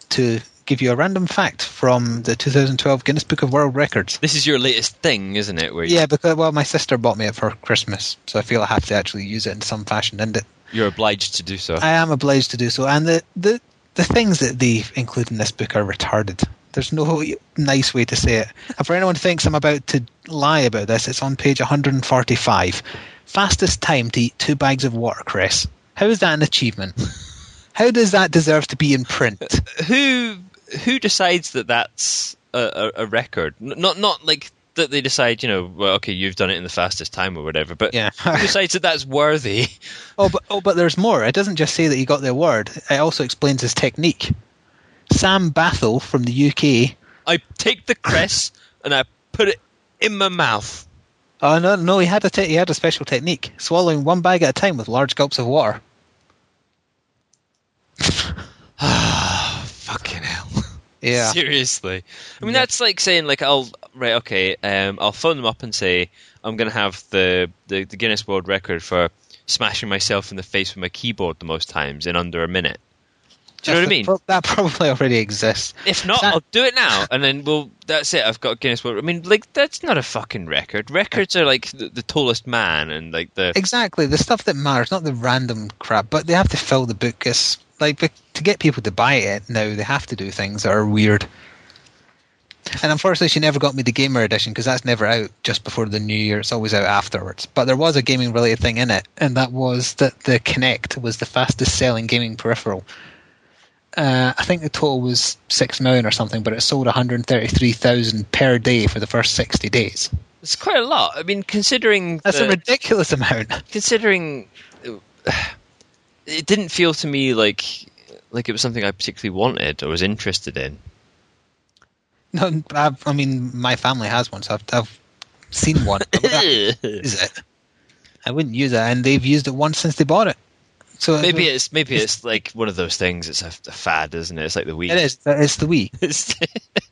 [SPEAKER 1] to give you a random fact from the 2012 Guinness Book of World Records.
[SPEAKER 2] This is your latest thing, isn't it? Where
[SPEAKER 1] Yeah, because well, my sister bought me it for Christmas, so I feel I have to actually use it in some fashion, and it,
[SPEAKER 2] you're obliged to do so.
[SPEAKER 1] I am obliged to do so. And the, the the things that they include in this book are retarded. There's no nice way to say it. And for anyone who thinks I'm about to lie about this, it's on page 145. Fastest time to eat two bags of watercress. How is that an achievement? How does that deserve to be in print?
[SPEAKER 2] who who decides that that's a, a, a record? N- Not not like that they decide, you know, well, okay, you've done it in the fastest time or whatever. But
[SPEAKER 1] Yeah.
[SPEAKER 2] who decides that that's worthy?
[SPEAKER 1] Oh, but oh, but there's more. It doesn't just say that he got the award. It also explains his technique. Sam Bathel from the UK.
[SPEAKER 2] I take the crest and I put it in my mouth.
[SPEAKER 1] Oh no, no, he had a te- he had a special technique: swallowing one bag at a time with large gulps of water.
[SPEAKER 2] Fucking hell.
[SPEAKER 1] Yeah,
[SPEAKER 2] Seriously. I mean, that's like saying, like, I'll right, okay, um, I'll phone them up and say I'm gonna have the, the the Guinness World Record for smashing myself in the face with my keyboard the most times in under a minute. Do you know what I mean?
[SPEAKER 1] that probably already exists.
[SPEAKER 2] If not,
[SPEAKER 1] That-
[SPEAKER 2] I'll do it now, and then well, that's it. I've got Guinness World. I mean, like, that's not a fucking record. Records are like the, the tallest man and like the
[SPEAKER 1] Exactly the stuff that matters, not the random crap. But they have to fill the book. It's like be- to get people to buy it now, they have to do things that are weird. And unfortunately, she never got me the gamer edition because that's never out just before the new year. It's always out afterwards. But there was a gaming related thing in it, and that was that the Kinect was the fastest selling gaming peripheral. Uh, I think the total was six million or something, but it sold 133,000 per day for the first 60 days.
[SPEAKER 2] it's quite a lot. I mean, considering
[SPEAKER 1] That's
[SPEAKER 2] the,
[SPEAKER 1] a ridiculous amount.
[SPEAKER 2] considering it didn't feel to me like like it was something I particularly wanted or was interested in.
[SPEAKER 1] No, I've, I mean, my family has one, so I've, I've seen one. I wouldn't use it. I wouldn't use it, and they've used it once since they bought it. So uh, it-
[SPEAKER 2] maybe it's maybe it's like one of those things. It's a, a fad, isn't it? It's like the Wii,
[SPEAKER 1] it is. It's the Wii,
[SPEAKER 2] It's-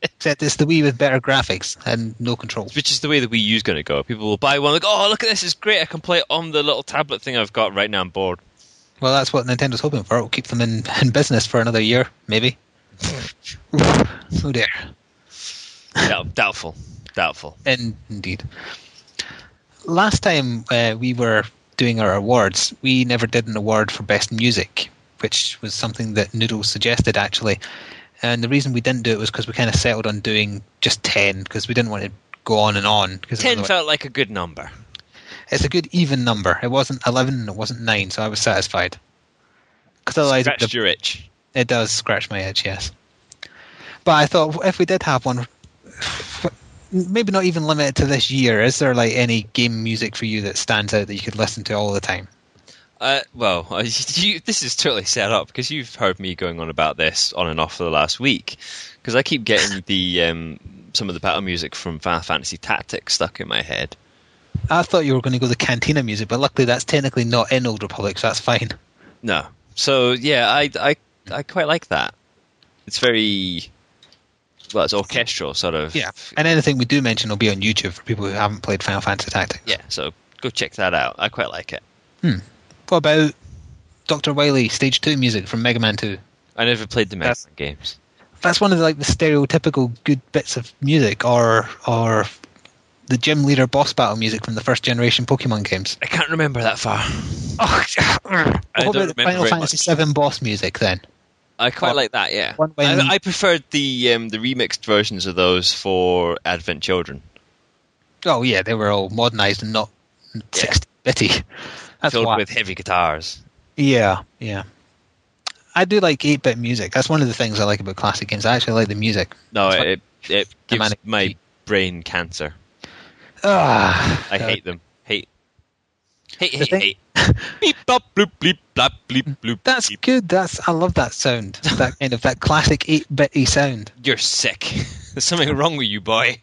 [SPEAKER 1] except it's the Wii with better graphics and no controls.
[SPEAKER 2] which is the way the Wii U's going to go. People will buy one, like, oh, look at this, it's great. I can play it on the little tablet thing I've got right now. I'm bored.
[SPEAKER 1] Well, that's what Nintendo's hoping for. It'll keep them in, in business for another year, maybe. oh dear.
[SPEAKER 2] Doubt, doubtful, doubtful.
[SPEAKER 1] In, indeed. Last time uh, we were doing our awards, we never did an award for best music, which was something that Noodle suggested actually. And the reason we didn't do it was because we kind of settled on doing just 10 because we didn't want to go on and on. Cause
[SPEAKER 2] Ten
[SPEAKER 1] otherwise-
[SPEAKER 2] felt like a good number.
[SPEAKER 1] It's a good even number. It wasn't eleven and it wasn't nine, so I was satisfied. Because otherwise, it,
[SPEAKER 2] Scratched your itch.
[SPEAKER 1] it does scratch my itch. Yes, but I thought if we did have one, maybe not even limited to this year. Is there like any game music for you that stands out that you could listen to all the time?
[SPEAKER 2] Uh, well, you, this is totally set up because you've heard me going on about this on and off for the last week because I keep getting the um, some of the battle music from Final Fantasy Tactics stuck in my head.
[SPEAKER 1] I thought you were going to go the Cantina music, but luckily that's technically not in Old Republic, so that's fine.
[SPEAKER 2] No, so yeah, I I I quite like that. It's very well, it's orchestral sort of.
[SPEAKER 1] Yeah, and anything we do mention will be on YouTube for people who haven't played Final Fantasy Tactics.
[SPEAKER 2] yeah. So go check that out. I quite like it.
[SPEAKER 1] What about Doctor Wily Stage Two music from Mega Man Two?
[SPEAKER 2] I never played the Mega
[SPEAKER 1] That's-
[SPEAKER 2] Man games.
[SPEAKER 1] That's one of the, like the stereotypical good bits of music, or or the gym leader boss battle music from the first generation Pokemon games.
[SPEAKER 2] I can't remember that far.
[SPEAKER 1] Oh,
[SPEAKER 2] I
[SPEAKER 1] what
[SPEAKER 2] don't
[SPEAKER 1] about the Final
[SPEAKER 2] remember very
[SPEAKER 1] Fantasy
[SPEAKER 2] much.
[SPEAKER 1] Seven boss music then?
[SPEAKER 2] I quite
[SPEAKER 1] Or-
[SPEAKER 2] like that. Yeah,
[SPEAKER 1] One way-
[SPEAKER 2] I, I preferred the um, the remixed versions of those for Advent Children.
[SPEAKER 1] Oh yeah, they were all modernized and not sixty bitty. That's
[SPEAKER 2] filled
[SPEAKER 1] why.
[SPEAKER 2] with heavy guitars.
[SPEAKER 1] Yeah, yeah. I do like 8 bit music. That's one of the things I like about classic games. I actually like the music.
[SPEAKER 2] No,
[SPEAKER 1] That's
[SPEAKER 2] it it
[SPEAKER 1] The
[SPEAKER 2] gives
[SPEAKER 1] manic
[SPEAKER 2] my
[SPEAKER 1] peak.
[SPEAKER 2] brain cancer.
[SPEAKER 1] Ah,
[SPEAKER 2] I hate them. Hate. Hate, hate,
[SPEAKER 1] thing-
[SPEAKER 2] hate. Beep, bop, bloop, bleep, blap, bleep, bloop.
[SPEAKER 1] That's
[SPEAKER 2] bleep.
[SPEAKER 1] good. That's I love that sound. That kind of that classic 8 bitty sound.
[SPEAKER 2] You're sick. There's something wrong with you, boy.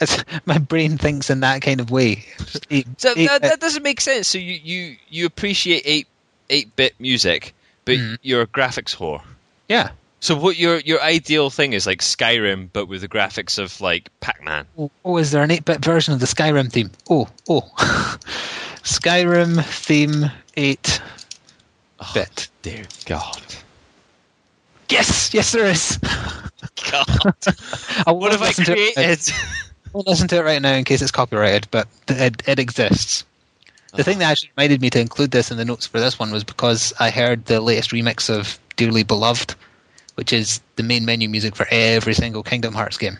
[SPEAKER 1] It's, my brain thinks in that kind of way. uh, Just eight-
[SPEAKER 2] So
[SPEAKER 1] eight
[SPEAKER 2] that,
[SPEAKER 1] bit-
[SPEAKER 2] that doesn't make sense. So you, you, you appreciate 8 8 bit music, but
[SPEAKER 1] Mm-hmm.
[SPEAKER 2] you're a graphics whore.
[SPEAKER 1] yeah.
[SPEAKER 2] So what your your ideal thing is like Skyrim, but with the graphics of like Pac Man.
[SPEAKER 1] Oh, Oh, is there an 8 bit version of the Skyrim theme? Oh, oh. Skyrim theme 8 bit.
[SPEAKER 2] Oh, Dear God,
[SPEAKER 1] Yes, yes, there is.
[SPEAKER 2] God,
[SPEAKER 1] I
[SPEAKER 2] what have I created?
[SPEAKER 1] We'll listen to it right now in case it's copyrighted, but th- it, it exists. The thing
[SPEAKER 2] Uh-huh.
[SPEAKER 1] that actually reminded me to include this in the notes for this one was because I heard the latest remix of Dearly Beloved, which is the main menu music for every single Kingdom Hearts game.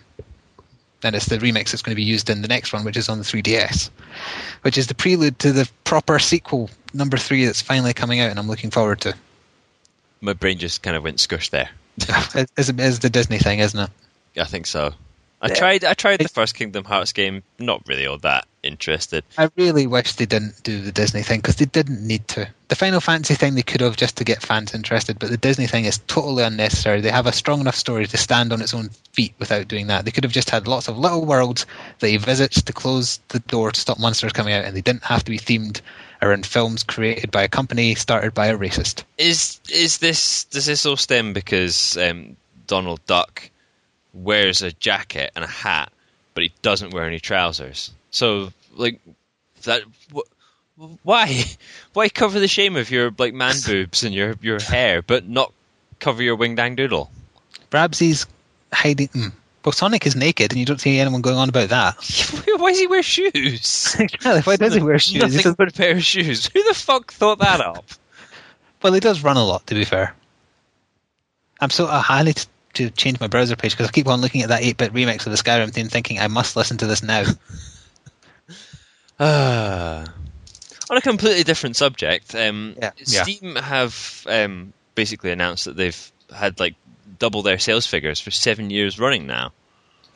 [SPEAKER 1] And it's the remix that's going to be used in the next one, which is on the 3DS, which is the prelude to the proper sequel, number three, that's finally coming out, and I'm looking forward to.
[SPEAKER 2] My brain just kind of went scush there.
[SPEAKER 1] It is it is the Disney thing, isn't it?
[SPEAKER 2] I think so. I
[SPEAKER 1] Yeah.
[SPEAKER 2] tried. I tried the
[SPEAKER 1] It-
[SPEAKER 2] first Kingdom Hearts game. Not really all that interested.
[SPEAKER 1] I really wish they didn't do the Disney thing because they didn't need to. The Final Fantasy thing they could have just to get fans interested, but the Disney thing is totally unnecessary. They have a strong enough story to stand on its own feet without doing that. They could have just had lots of little worlds that he visits to close the door to stop monsters coming out, and they didn't have to be themed around films created by a company started by a racist.
[SPEAKER 2] Is is this does this all stem because um, Donald Duck wears a jacket and a hat, but he doesn't wear any trousers? So like that. Wh- why why cover the shame of your like man boobs and your your hair, but not cover your wingdang doodle?
[SPEAKER 1] Brabsy's hiding. Mm. Well, Sonic is naked, and you don't see anyone going on about that.
[SPEAKER 2] Why does he wear shoes?
[SPEAKER 1] Exactly. Why does he wear shoes? He
[SPEAKER 2] Nothing
[SPEAKER 1] doesn't-
[SPEAKER 2] but a pair of shoes. Who the fuck thought that up?
[SPEAKER 1] Well, he does run a lot, to be fair. I'm so uh, I need to change my browser page because I keep on looking at that 8-bit remix of the Skyrim theme, thinking I must listen to this now.
[SPEAKER 2] Ah. On a completely different subject, um,
[SPEAKER 1] Yeah. Yeah.
[SPEAKER 2] Steam have um, basically announced that they've had like double their sales figures for seven years running now.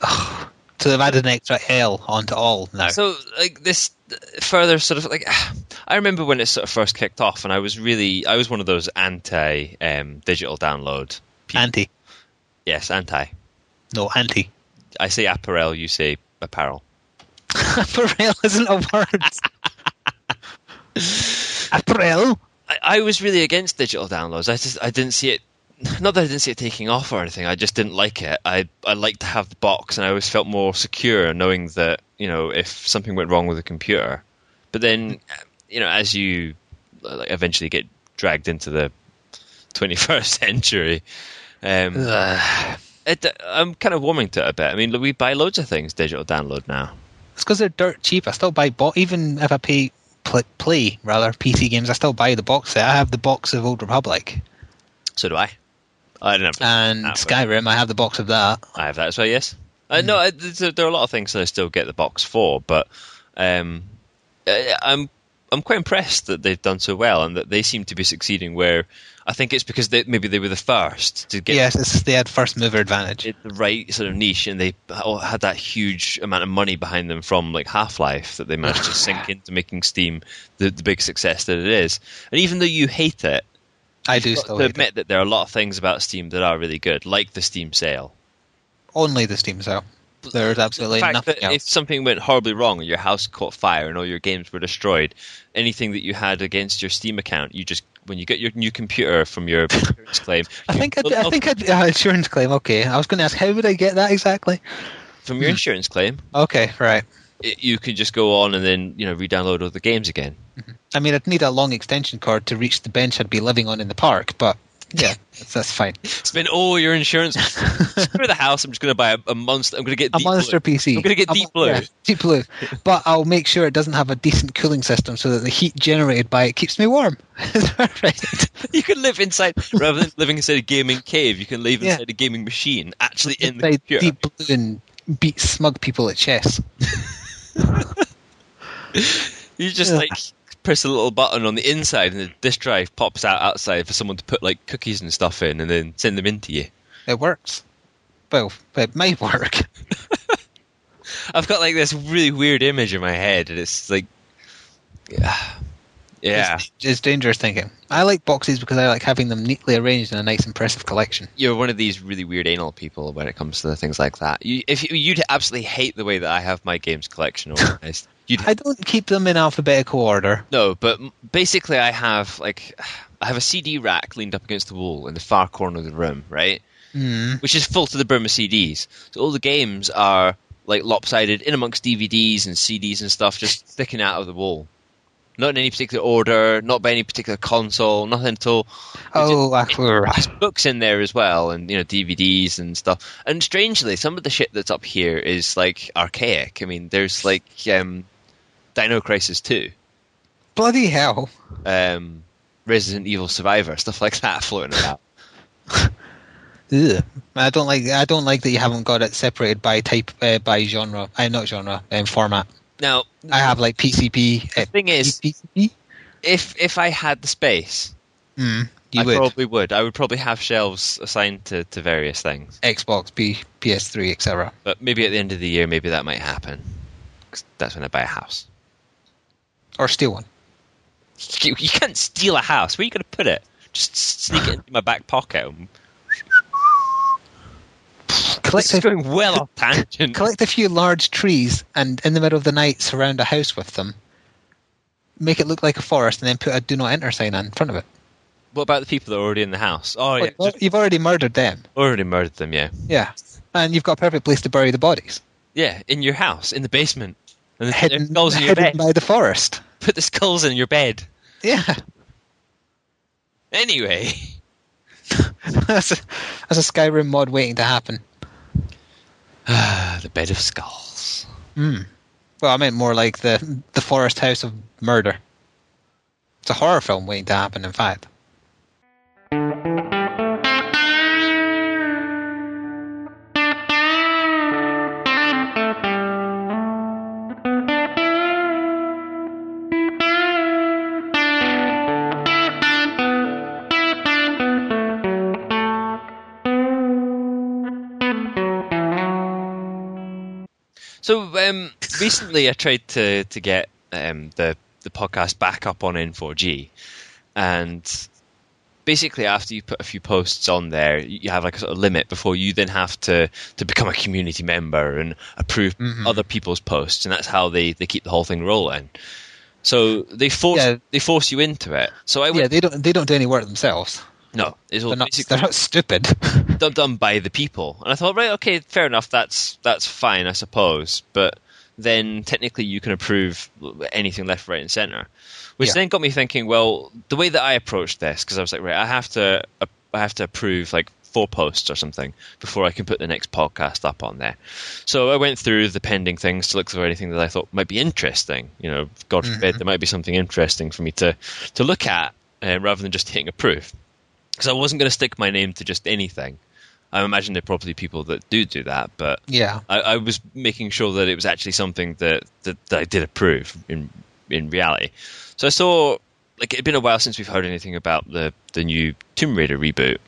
[SPEAKER 1] so they've added an extra L onto all now.
[SPEAKER 2] So, like this further sort of like, I remember when it sort of first kicked off, and I was really, I was one of those anti um, digital download. people.
[SPEAKER 1] anti,
[SPEAKER 2] yes, anti.
[SPEAKER 1] no anti.
[SPEAKER 2] I say apparel, you say apparel.
[SPEAKER 1] Apparel isn't a word. Apparel.
[SPEAKER 2] I, I was really against digital downloads. I just I didn't see it. Not that I didn't see it taking off or anything. I just didn't like it. I I liked to have the box, and I always felt more secure knowing that you know if something went wrong with the computer. But then, you know, as you uh, like, eventually get dragged into the 21st century, um,
[SPEAKER 1] Ugh.
[SPEAKER 2] it, I'm kind of warming to it a bit. I mean, we buy loads of things digital download now.
[SPEAKER 1] It's because they're dirt cheap. I still buy bo- even if I pay pl- play rather PC games. I still buy the box set. I have the box of Old Republic
[SPEAKER 2] So do I. I don't have
[SPEAKER 1] and
[SPEAKER 2] Ah, but-
[SPEAKER 1] Skyrim. I have the box of that.
[SPEAKER 2] I have that as well.
[SPEAKER 1] Hmm.
[SPEAKER 2] uh, Yes. Uh, no, I, there's a- there are a lot of things that I still get the box for, but um, I- I'm I'm quite impressed that they've done so well and that they seem to be succeeding. Where I think it's because they, maybe they were the first to get
[SPEAKER 1] Yes, it's, they had first mover advantage.
[SPEAKER 2] it- the right sort of niche, and they all had that huge amount of money behind them from like Half Life that they managed to sink into making Steam the, the big success that it is. And even though you hate it,
[SPEAKER 1] I do
[SPEAKER 2] you've got
[SPEAKER 1] still
[SPEAKER 2] to
[SPEAKER 1] hate it.
[SPEAKER 2] admit that there are a lot of things about Steam that are really good, like the Steam sale.
[SPEAKER 1] only the Steam sale. There's absolutely
[SPEAKER 2] the fact
[SPEAKER 1] nothing
[SPEAKER 2] that if
[SPEAKER 1] else.
[SPEAKER 2] something went horribly wrong, and your house caught fire, and all your games were destroyed, anything that you had against your Steam account, you just when you get your new computer from your parents' claim,
[SPEAKER 1] I think I'd,
[SPEAKER 2] you-
[SPEAKER 1] I think I'd, uh, insurance claim. Okay, I was going to ask how would I get that exactly.
[SPEAKER 2] from your insurance claim,
[SPEAKER 1] Okay, right.
[SPEAKER 2] it, you can just go on and then you know re-download all the games again.
[SPEAKER 1] I mean, I'd need a long extension cord to reach the bench I'd be living on in the park, but yeah, that's, that's fine.
[SPEAKER 2] Spend all your insurance. Screw the house. I'm just going to buy a, a monster. I'm going to get
[SPEAKER 1] A
[SPEAKER 2] Deep
[SPEAKER 1] monster
[SPEAKER 2] Blue.
[SPEAKER 1] PC.
[SPEAKER 2] I'm going to get
[SPEAKER 1] A
[SPEAKER 2] Deep
[SPEAKER 1] mon-
[SPEAKER 2] Blue.
[SPEAKER 1] yeah, deep blue. But I'll make sure it doesn't have a decent cooling system so that the heat generated by it keeps me warm. It's perfect.
[SPEAKER 2] You can live inside rather than living inside a gaming cave. You can live
[SPEAKER 1] Yeah.
[SPEAKER 2] inside a gaming machine, actually in the
[SPEAKER 1] Inside
[SPEAKER 2] computer.
[SPEAKER 1] deep blue and beat smug people at chess.
[SPEAKER 2] You just
[SPEAKER 1] Yeah.
[SPEAKER 2] like press a little button on the inside, and the disk drive pops out outside for someone to put like cookies and stuff in, and then send them into you.
[SPEAKER 1] It works. Well, it may work.
[SPEAKER 2] I've got like this really weird image in my head, and it's like, yeah, yeah.
[SPEAKER 1] It's, it's dangerous thinking. I like boxes because I like having them neatly arranged in a nice, impressive collection.
[SPEAKER 2] You're one of these really weird anal people when it comes to things like that. You, if you, you'd absolutely hate the way that I have my games collection organized, you'd
[SPEAKER 1] I don't keep them in alphabetical order.
[SPEAKER 2] No, but m- basically, I have like I have a CD rack leaned up against the wall in the far corner of the room, right,
[SPEAKER 1] Mm.
[SPEAKER 2] which is full to the brim of CDs. So all the games are like lopsided in amongst DVDs and CDs and stuff, just sticking out of the wall. Not in any particular order, not by any particular console, nothing at all.
[SPEAKER 1] Oh, actually, right.
[SPEAKER 2] There's books in there as well, and you know DVDs and stuff. And strangely, some of the shit that's up here is like archaic. I mean, there's like um, Dino Crisis Two.
[SPEAKER 1] Bloody hell.
[SPEAKER 2] um, Resident Evil Survivor, stuff like that floating around.
[SPEAKER 1] Ugh. I don't like. I don't like that you haven't got it separated by type, uh, by genre. I'm not genre um, format.
[SPEAKER 2] now,
[SPEAKER 1] I have like PCB.
[SPEAKER 2] the
[SPEAKER 1] Uh,
[SPEAKER 2] thing is,
[SPEAKER 1] PCB?
[SPEAKER 2] if if I had the space,
[SPEAKER 1] Mm, you
[SPEAKER 2] I
[SPEAKER 1] would
[SPEAKER 2] probably would. I would probably have shelves assigned to, to various things.
[SPEAKER 1] Xbox, P, PS3, etc.
[SPEAKER 2] But maybe at the end of the year, maybe that might happen. 'Cause that's when I buy a house.
[SPEAKER 1] Or steal one.
[SPEAKER 2] You, you can't steal a house. Where are you going to put it? Just sneak it into my back pocket. This
[SPEAKER 1] Collect
[SPEAKER 2] is
[SPEAKER 1] a,
[SPEAKER 2] going well off tangent.
[SPEAKER 1] collect a few large trees and in the middle of the night surround a house with them. Make it look like a forest and then put a "Do Not Enter" sign in front of it.
[SPEAKER 2] What about the people that are already in the house? Oh, yeah.
[SPEAKER 1] Well,
[SPEAKER 2] Just
[SPEAKER 1] you've already murdered them.
[SPEAKER 2] already murdered them, yeah.
[SPEAKER 1] Yeah. And you've got a perfect place to bury the bodies.
[SPEAKER 2] Yeah, in your house, in the basement. And the
[SPEAKER 1] Hidden,
[SPEAKER 2] skulls in your
[SPEAKER 1] hidden
[SPEAKER 2] bed.
[SPEAKER 1] by the forest.
[SPEAKER 2] Put the skulls in your bed.
[SPEAKER 1] Yeah.
[SPEAKER 2] Anyway,
[SPEAKER 1] that's, a, that's a Skyrim mod waiting to happen.
[SPEAKER 2] the bed of skulls.
[SPEAKER 1] Well, I meant more like the the forest house of murder. It's a horror film waiting to happen, in fact.
[SPEAKER 2] So um, recently, I tried to to get um, the the podcast back up on N4G, and basically, after you put a few posts on there, you have like a sort of limit before you then have to to become a community member and approve
[SPEAKER 1] Mm-hmm.
[SPEAKER 2] other people's posts, and that's how they they keep the whole thing rolling. So they force
[SPEAKER 1] Yeah.
[SPEAKER 2] they force you into it. So I
[SPEAKER 1] Yeah,
[SPEAKER 2] went
[SPEAKER 1] they don't they don't do any work themselves.
[SPEAKER 2] no, it's all
[SPEAKER 1] They're not,
[SPEAKER 2] basically
[SPEAKER 1] they're not stupid.
[SPEAKER 2] done, done by the people. And I thought, right, okay, fair enough. That's that's fine, I suppose. But then technically, you can approve anything left, right, and center, which
[SPEAKER 1] Yeah.
[SPEAKER 2] then got me thinking. Well, the way that I approached this, because I was like, right, I have to, I have to approve like four posts or something before I can put the next podcast up on there. So I went through the pending things to look for anything that I thought might be interesting. You know, God forbid, there might be something interesting for me to to look at uh, rather than just hitting approve because I wasn't going to stick my name to just anything. I imagine there are probably people that do do that, but
[SPEAKER 1] yeah.
[SPEAKER 2] I, I was making sure that it was actually something that, that, that I did approve in in reality. So I saw like it'd been a while since we've heard anything about the the new Tomb Raider reboot.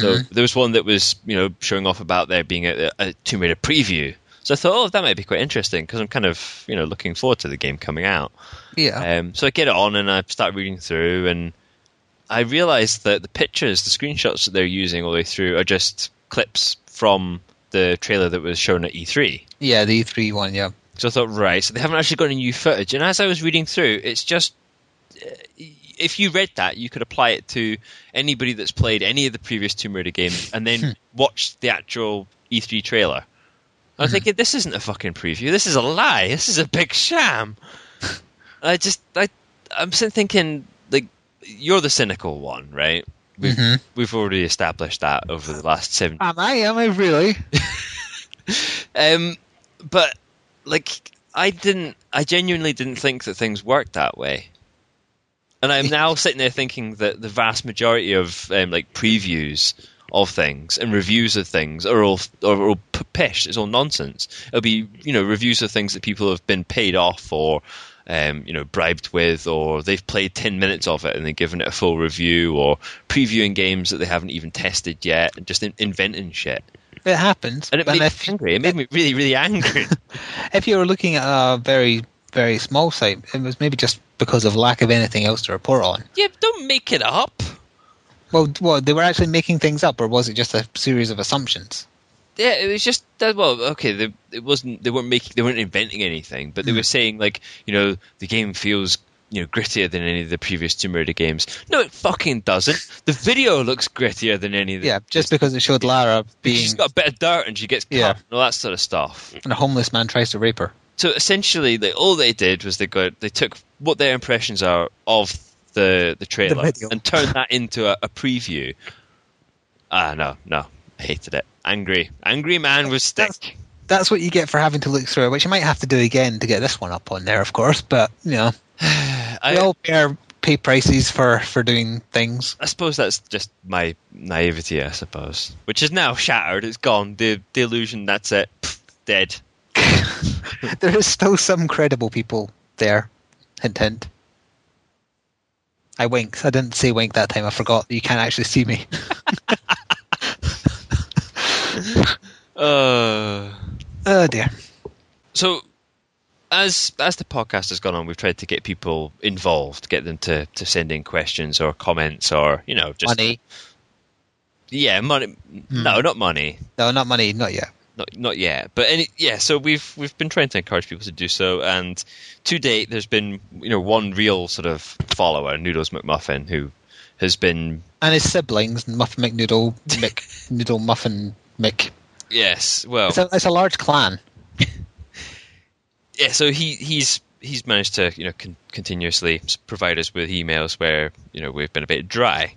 [SPEAKER 2] So there was one that was you know showing off about there being a, a Tomb Raider preview. So I thought, oh, that might be quite interesting because I'm kind of you know looking forward to the game coming out.
[SPEAKER 1] Yeah.
[SPEAKER 2] Um, so I get it on and I start reading through, and I realize that the pictures, the screenshots that they're using all the way through, are just clips from the trailer that was shown at E E3.
[SPEAKER 1] yeah, the E3 one, yeah.
[SPEAKER 2] So I thought, right, so they haven't actually got any new footage. And as I was reading through, it's just uh, if you read that, you could apply it to anybody that's played any of the previous Tomb Raider games and then watched the actual E3 trailer. I was thinking, this isn't a fucking preview. This is a lie. This is a big sham. I just, I, I'm sitting thinking, like, you're the cynical one, right? We've,
[SPEAKER 1] Mhm.
[SPEAKER 2] we've already established that over the last seven
[SPEAKER 1] Am I? Am I really?
[SPEAKER 2] um, but like, I didn't. I genuinely didn't think that things worked that way. And I'm now sitting there thinking that the vast majority of um, like previews of things and reviews of things are all are all p- pish. It's all nonsense. It'll be you know reviews of things that people have been paid off or um, you know bribed with, or they've played ten minutes of it and they've given it a full review, or previewing games that they haven't even tested yet, and just in- inventing shit.
[SPEAKER 1] It happens.
[SPEAKER 2] And it made me
[SPEAKER 1] if,
[SPEAKER 2] angry. It made me really, really angry.
[SPEAKER 1] if you were looking at a very, very small site, it was maybe just because of lack of anything else to report on.
[SPEAKER 2] yeah, but don't make it up.
[SPEAKER 1] Well, d- well, they were actually making things up, or was it just a series of assumptions?
[SPEAKER 2] Yeah, it was just that. Well, okay, they, it wasn't. They weren't making. They weren't inventing anything, but they
[SPEAKER 1] Hmm.
[SPEAKER 2] were saying like, you know, the game feels you know grittier than any of the previous Tomb Raider games. No, it fucking doesn't. The video looks grittier than any of the.
[SPEAKER 1] Yeah, just because it showed Lara being
[SPEAKER 2] She's got a bit of dirt and she gets cut
[SPEAKER 1] Yeah.
[SPEAKER 2] and all that sort of stuff.
[SPEAKER 1] and a homeless man tries to rape her.
[SPEAKER 2] so essentially, they, all they did was they got they took what their impressions are of the the trailer
[SPEAKER 1] video.
[SPEAKER 2] and turned that into a, a preview. Ah, no, no, I hated it. Angry, angry man with stick.
[SPEAKER 1] That's- That's what you get for having to look through it, which you might have to do again to get this one up on there, of course. But you know,
[SPEAKER 2] I,
[SPEAKER 1] we all pay, our, pay prices for for doing things.
[SPEAKER 2] I suppose that's just my naivety, I suppose, which is now shattered. It's gone. The the illusion. That's it. Pfft, dead.
[SPEAKER 1] there is still some credible people there. Hint, hint. I winked. I didn't say wink that time. I forgot that you can't actually see me.
[SPEAKER 2] Uh,
[SPEAKER 1] Oh dear.
[SPEAKER 2] so as as the podcast has gone on, we've tried to get people involved, get them to, to send in questions or comments or you know just
[SPEAKER 1] Money.
[SPEAKER 2] Yeah, money.
[SPEAKER 1] Hmm.
[SPEAKER 2] No, not money.
[SPEAKER 1] No, not money. Not yet.
[SPEAKER 2] Not not yet. But any, yeah, so we've we've been trying to encourage people to do so, and to date, there's been you know one real sort of follower, Noodles McMuffin, who has been
[SPEAKER 1] And his siblings, Muffin McNoodle, Mick, Noodle Muffin Mick.
[SPEAKER 2] yes, well,
[SPEAKER 1] It's a, it's a large clan.
[SPEAKER 2] yeah, so he he's he's managed to you know con- continuously provide us with emails where you know we've been a bit dry,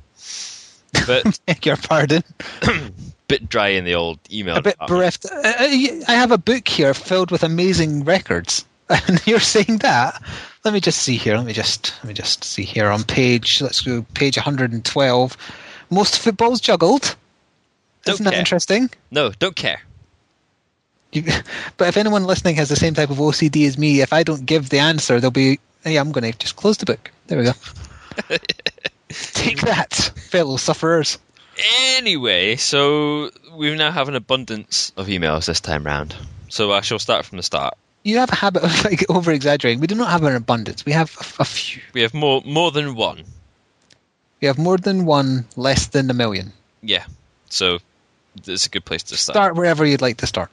[SPEAKER 2] but
[SPEAKER 1] Beg your pardon.
[SPEAKER 2] bit dry in the old email.
[SPEAKER 1] a bit
[SPEAKER 2] department.
[SPEAKER 1] bereft. Uh, I, I I have a book here filled with amazing records, and you're saying that. Let me just see here. Let me just let me just see here on page. Let's go page 112. Most footballs juggled.
[SPEAKER 2] Don't
[SPEAKER 1] Isn't that
[SPEAKER 2] care.
[SPEAKER 1] interesting?
[SPEAKER 2] No, don't care.
[SPEAKER 1] You, but if anyone listening has the same type of OCD as me, if I don't give the answer, they'll be, hey, I'm going to just close the book. There we go. Take that, fellow sufferers.
[SPEAKER 2] Anyway, so we now have an abundance of emails this time round. So I shall start from the start.
[SPEAKER 1] You have a habit of like over exaggerating. We do not have an abundance. We have a- a few.
[SPEAKER 2] We have more more than one.
[SPEAKER 1] We have more than one, less than a million.
[SPEAKER 2] Yeah. So that's a good place to start.
[SPEAKER 1] Start wherever you'd like to start.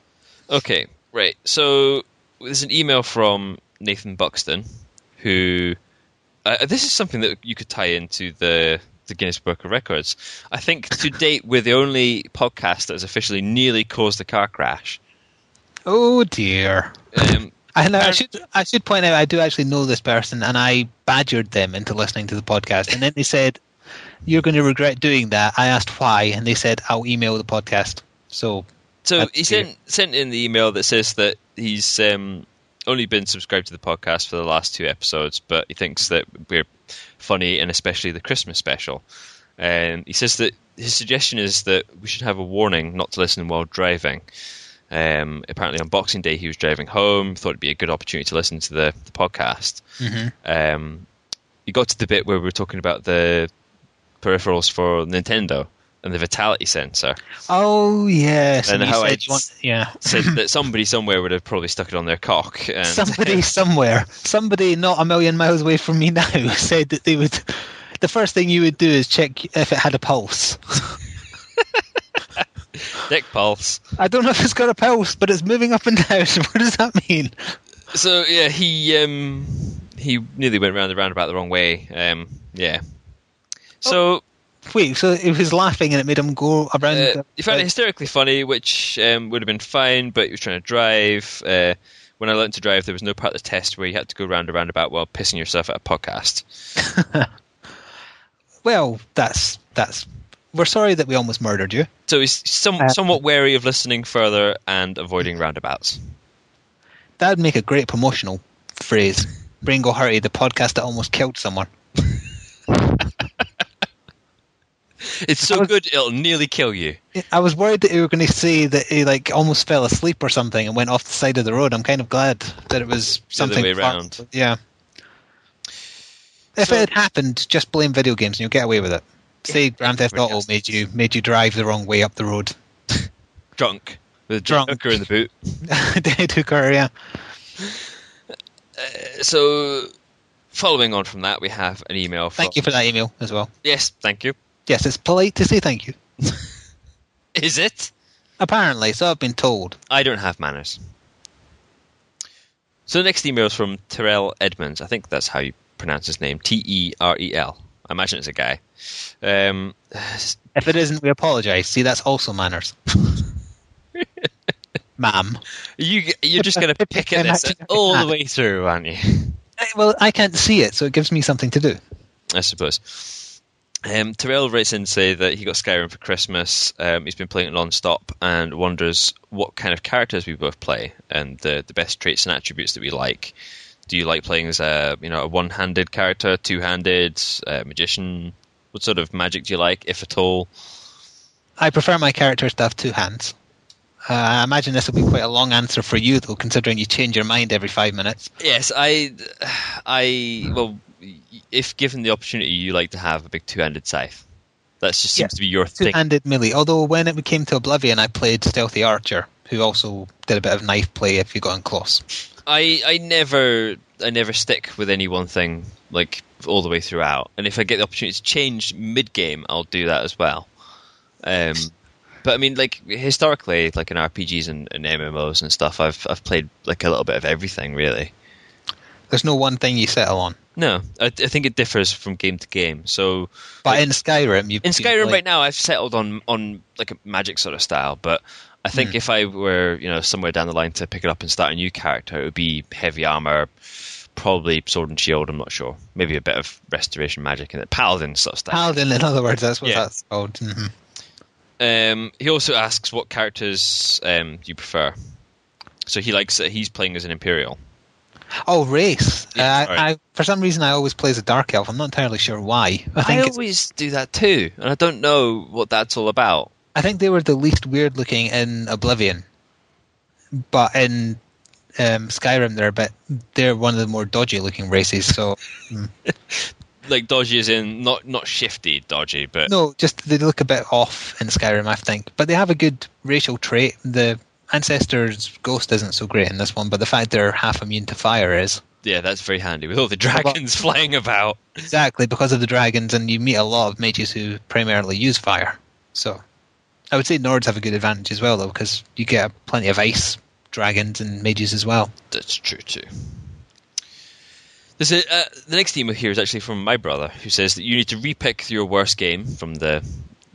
[SPEAKER 2] Okay, right. So there's an email from Nathan Buxton, who uh, this is something that you could tie into the the Guinness Book of Records. I think to date we're the only podcast that has officially nearly caused a car crash.
[SPEAKER 1] Oh dear.
[SPEAKER 2] Um,
[SPEAKER 1] I know. I should. I should point out. I do actually know this person, and I badgered them into listening to the podcast, and then they said, "You're going to regret doing that." I asked why, and they said, "I'll email the podcast." So
[SPEAKER 2] So
[SPEAKER 1] That's true.
[SPEAKER 2] he sent sent in the email that says that he's um, only been subscribed to the podcast for the last two episodes, but he thinks that we're funny and especially the Christmas special. And he says that his suggestion is that we should have a warning not to listen while driving. Um, apparently, on Boxing Day, he was driving home, thought it'd be a good opportunity to listen to the, the podcast. Um, you got to the bit where we were talking about the peripherals for Nintendo and the vitality sensor.
[SPEAKER 1] Oh yes,
[SPEAKER 2] And
[SPEAKER 1] and you
[SPEAKER 2] how
[SPEAKER 1] said
[SPEAKER 2] it's-
[SPEAKER 1] you want- yeah.
[SPEAKER 2] Said that somebody somewhere would have probably stuck it on their cock. And
[SPEAKER 1] Somebody somewhere, somebody not a million miles away from me now, said that they would. The first thing you would do is check if it had a pulse.
[SPEAKER 2] Dick Pulse.
[SPEAKER 1] I don't know if it's got a pulse, but it's moving up and down. What does that mean?
[SPEAKER 2] So yeah, he um, he nearly went round the roundabout the wrong way. Um, yeah. So
[SPEAKER 1] Wait, so it was laughing and it made him go around.
[SPEAKER 2] uh,
[SPEAKER 1] the-
[SPEAKER 2] you found it hysterically funny, which um, would have been fine, but he was trying to drive. Uh, when I learned to drive, there was no part of the test where you had to go round a roundabout while pissing yourself at a podcast.
[SPEAKER 1] well, that's that's. We're sorry that we almost murdered you.
[SPEAKER 2] So he's some,
[SPEAKER 1] Uh,
[SPEAKER 2] somewhat wary of listening further and avoiding roundabouts.
[SPEAKER 1] That'd make a great promotional phrase. Ringo Hurty, the podcast that almost killed someone.
[SPEAKER 2] It's so
[SPEAKER 1] I was-
[SPEAKER 2] good it'll nearly kill you.
[SPEAKER 1] I was worried that you were going to say that he like almost fell asleep or something and went off the side of the road. I'm kind of glad that it was something.
[SPEAKER 2] way
[SPEAKER 1] fun.
[SPEAKER 2] round.
[SPEAKER 1] Yeah. If
[SPEAKER 2] So-
[SPEAKER 1] it had happened, just blame video games and you'll get away with it. Say Grand Theft
[SPEAKER 2] everybody
[SPEAKER 1] Auto
[SPEAKER 2] else
[SPEAKER 1] made you made you drive the wrong way up the road.
[SPEAKER 2] Drunk with a
[SPEAKER 1] Drunk.
[SPEAKER 2] drunker in the boot.
[SPEAKER 1] Dead hooker, yeah.
[SPEAKER 2] So following on from that, we have an email. From,
[SPEAKER 1] Thank you for that email as well.
[SPEAKER 2] Yes, thank you.
[SPEAKER 1] Yes, it's polite to say thank you.
[SPEAKER 2] Is it?
[SPEAKER 1] Apparently, so I've been told.
[SPEAKER 2] I don't have manners. So the next email is from Terrell Edmonds. I think that's how you pronounce his name. T E R E L. I imagine it's a guy. Um,
[SPEAKER 1] If it isn't, we apologise. See, that's also manners. Ma'am.
[SPEAKER 2] you you're just going to pick at this all the way through, aren't you?
[SPEAKER 1] Eh, Well, I can't see it, so it gives me something to do.
[SPEAKER 2] I suppose. Um, Terrell writes in to say that he got Skyrim for Christmas. Um, he's been playing it non-stop and wonders what kind of characters we both play and the the best traits and attributes that we like. Do you like playing as a you know a one-handed character, two-handed uh, magician? What sort of magic do you like, if at all?
[SPEAKER 1] I prefer my characters to have two hands. Uh, I imagine this will be quite a long answer for you, though, considering you change your mind every five minutes.
[SPEAKER 2] Yes, I, I well, if given the opportunity, you like to have a big two-handed scythe. That just seems
[SPEAKER 1] Yeah.
[SPEAKER 2] to be your thing.
[SPEAKER 1] Two-handed melee. Although when it came to Oblivion, I played Stealthy Archer, who also did a bit of knife play if you got in close.
[SPEAKER 2] I I never I never stick with any one thing like all the way throughout. And if I get the opportunity to change mid game, I'll do that as well. Um, but I mean, like historically, like in RPGs and, and MMOs and stuff, I've I've played like a little bit of everything really.
[SPEAKER 1] There's no one thing you settle on.
[SPEAKER 2] No, I, I think it differs from game to game. So
[SPEAKER 1] But in Skyrim, you
[SPEAKER 2] in Skyrim right now, I've settled on on like a magic sort of style, but. I think if I were, you know, somewhere down the line to pick it up and start a new character, it would be heavy armor, probably sword and shield. I'm not sure. Maybe a bit of restoration magic and paladin sort of stuff.
[SPEAKER 1] Paladin, in other words, that's what
[SPEAKER 2] Yeah.
[SPEAKER 1] that's called. Mhm.
[SPEAKER 2] um, he also asks what characters um, do you prefer. So he likes that he's playing as an imperial.
[SPEAKER 1] Oh, race.
[SPEAKER 2] Yeah,
[SPEAKER 1] Uh,
[SPEAKER 2] sorry.
[SPEAKER 1] I, I, for some reason, I always play as a dark elf. I'm not entirely sure why. I think it's-
[SPEAKER 2] always do that too, and I don't know what that's all about.
[SPEAKER 1] I think they were the least weird looking in Oblivion, but in um, Skyrim they're a bit. They're one of the more dodgy looking races. So
[SPEAKER 2] Like dodgy is in not not shifty dodgy, but
[SPEAKER 1] no, just they look a bit off in Skyrim, I think. But they have a good racial trait. The ancestor's ghost isn't so great in this one, but the fact they're half immune to fire is
[SPEAKER 2] yeah, that's very handy with all the dragons flying about.
[SPEAKER 1] exactly because of the dragons, and you meet a lot of mages who primarily use fire. So I would say Nords have a good advantage as well, though, because you get plenty of ice dragons and mages as well.
[SPEAKER 2] That's true too. There's a, uh, the next email here is actually from my brother, who says that you need to repick your worst game from the,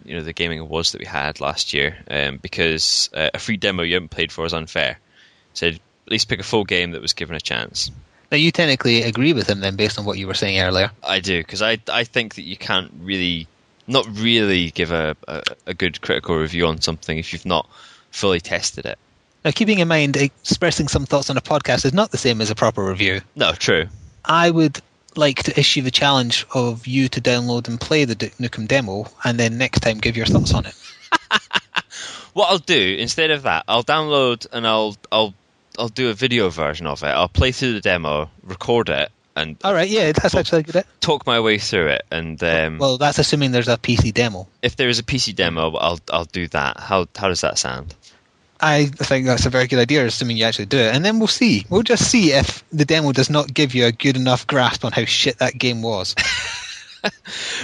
[SPEAKER 2] you know, the gaming awards that we had last year, um, because uh, a free demo you haven't played for is unfair. Said at least pick a full game that was given a chance.
[SPEAKER 1] Now you technically agree with him then, based on what you were saying earlier.
[SPEAKER 2] I do because I I think that you can't really, not really give a, a a good critical review on something if you've not fully tested it.
[SPEAKER 1] Now, keeping in mind, expressing some thoughts on a podcast is not the same as a proper review.
[SPEAKER 2] No, true.
[SPEAKER 1] I would like to issue the challenge of you to download and play the Duke Nukem demo, and then next time give your thoughts on it.
[SPEAKER 2] What I'll do instead of that, I'll download and I'll I'll I'll do a video version of it. I'll play through the demo, record it, and
[SPEAKER 1] All right, yeah, that's
[SPEAKER 2] Well,
[SPEAKER 1] actually a good.
[SPEAKER 2] talk my way through it. And um,
[SPEAKER 1] Well, that's assuming there's a PC demo.
[SPEAKER 2] if there is a PC demo, I'll I'll do that. How how does that sound?
[SPEAKER 1] I think that's a very good idea, assuming you actually do it. And then we'll see. We'll just see if the demo does not give you a good enough grasp on how shit that game was.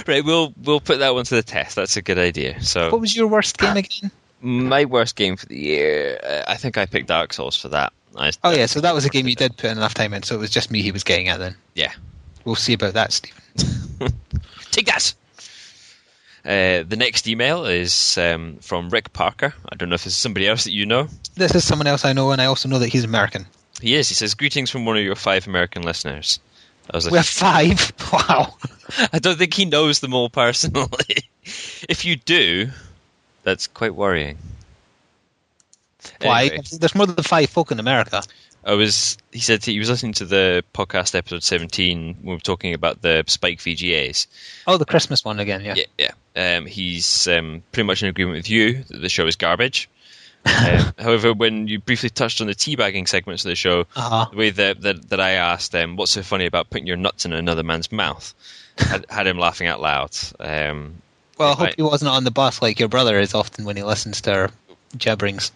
[SPEAKER 2] Right, we'll we'll put that one to the test. That's a good idea.
[SPEAKER 1] what
[SPEAKER 2] So
[SPEAKER 1] was your worst game again?
[SPEAKER 2] my worst game for the year, uh, I think I picked Dark Souls for that. I,
[SPEAKER 1] Oh, yeah, so that was a game you did put enough time in, so it was just me he was getting at then.
[SPEAKER 2] Yeah.
[SPEAKER 1] We'll see about that, Stephen.
[SPEAKER 2] Take that. Uh, the next email is um, from Rick Parker. I don't know if it's somebody else that you know.
[SPEAKER 1] This is someone else I know, and I also know that he's American.
[SPEAKER 2] He is. He says, "Greetings from one of your five American listeners." I was like,
[SPEAKER 1] We're five. Wow.
[SPEAKER 2] I don't think he knows them all personally. if you do, that's quite worrying.
[SPEAKER 1] Why?
[SPEAKER 2] Anyway,
[SPEAKER 1] There's more than five folk in America.
[SPEAKER 2] I was. He said he was listening to the podcast episode seventeen when we were talking about the Spike VGAs.
[SPEAKER 1] Oh, the Christmas one again, yeah.
[SPEAKER 2] Yeah, yeah. Um, he's um, pretty much in agreement with you that the show is garbage. um, however, when you briefly touched on the teabagging segments of the show,
[SPEAKER 1] Uh-huh.
[SPEAKER 2] the way that, that, that I asked um, what's so funny about putting your nuts in another man's mouth had, had him laughing out loud. Um,
[SPEAKER 1] Well, I hope
[SPEAKER 2] Right.
[SPEAKER 1] he wasn't on the bus like your brother is often when he listens to our jabberings.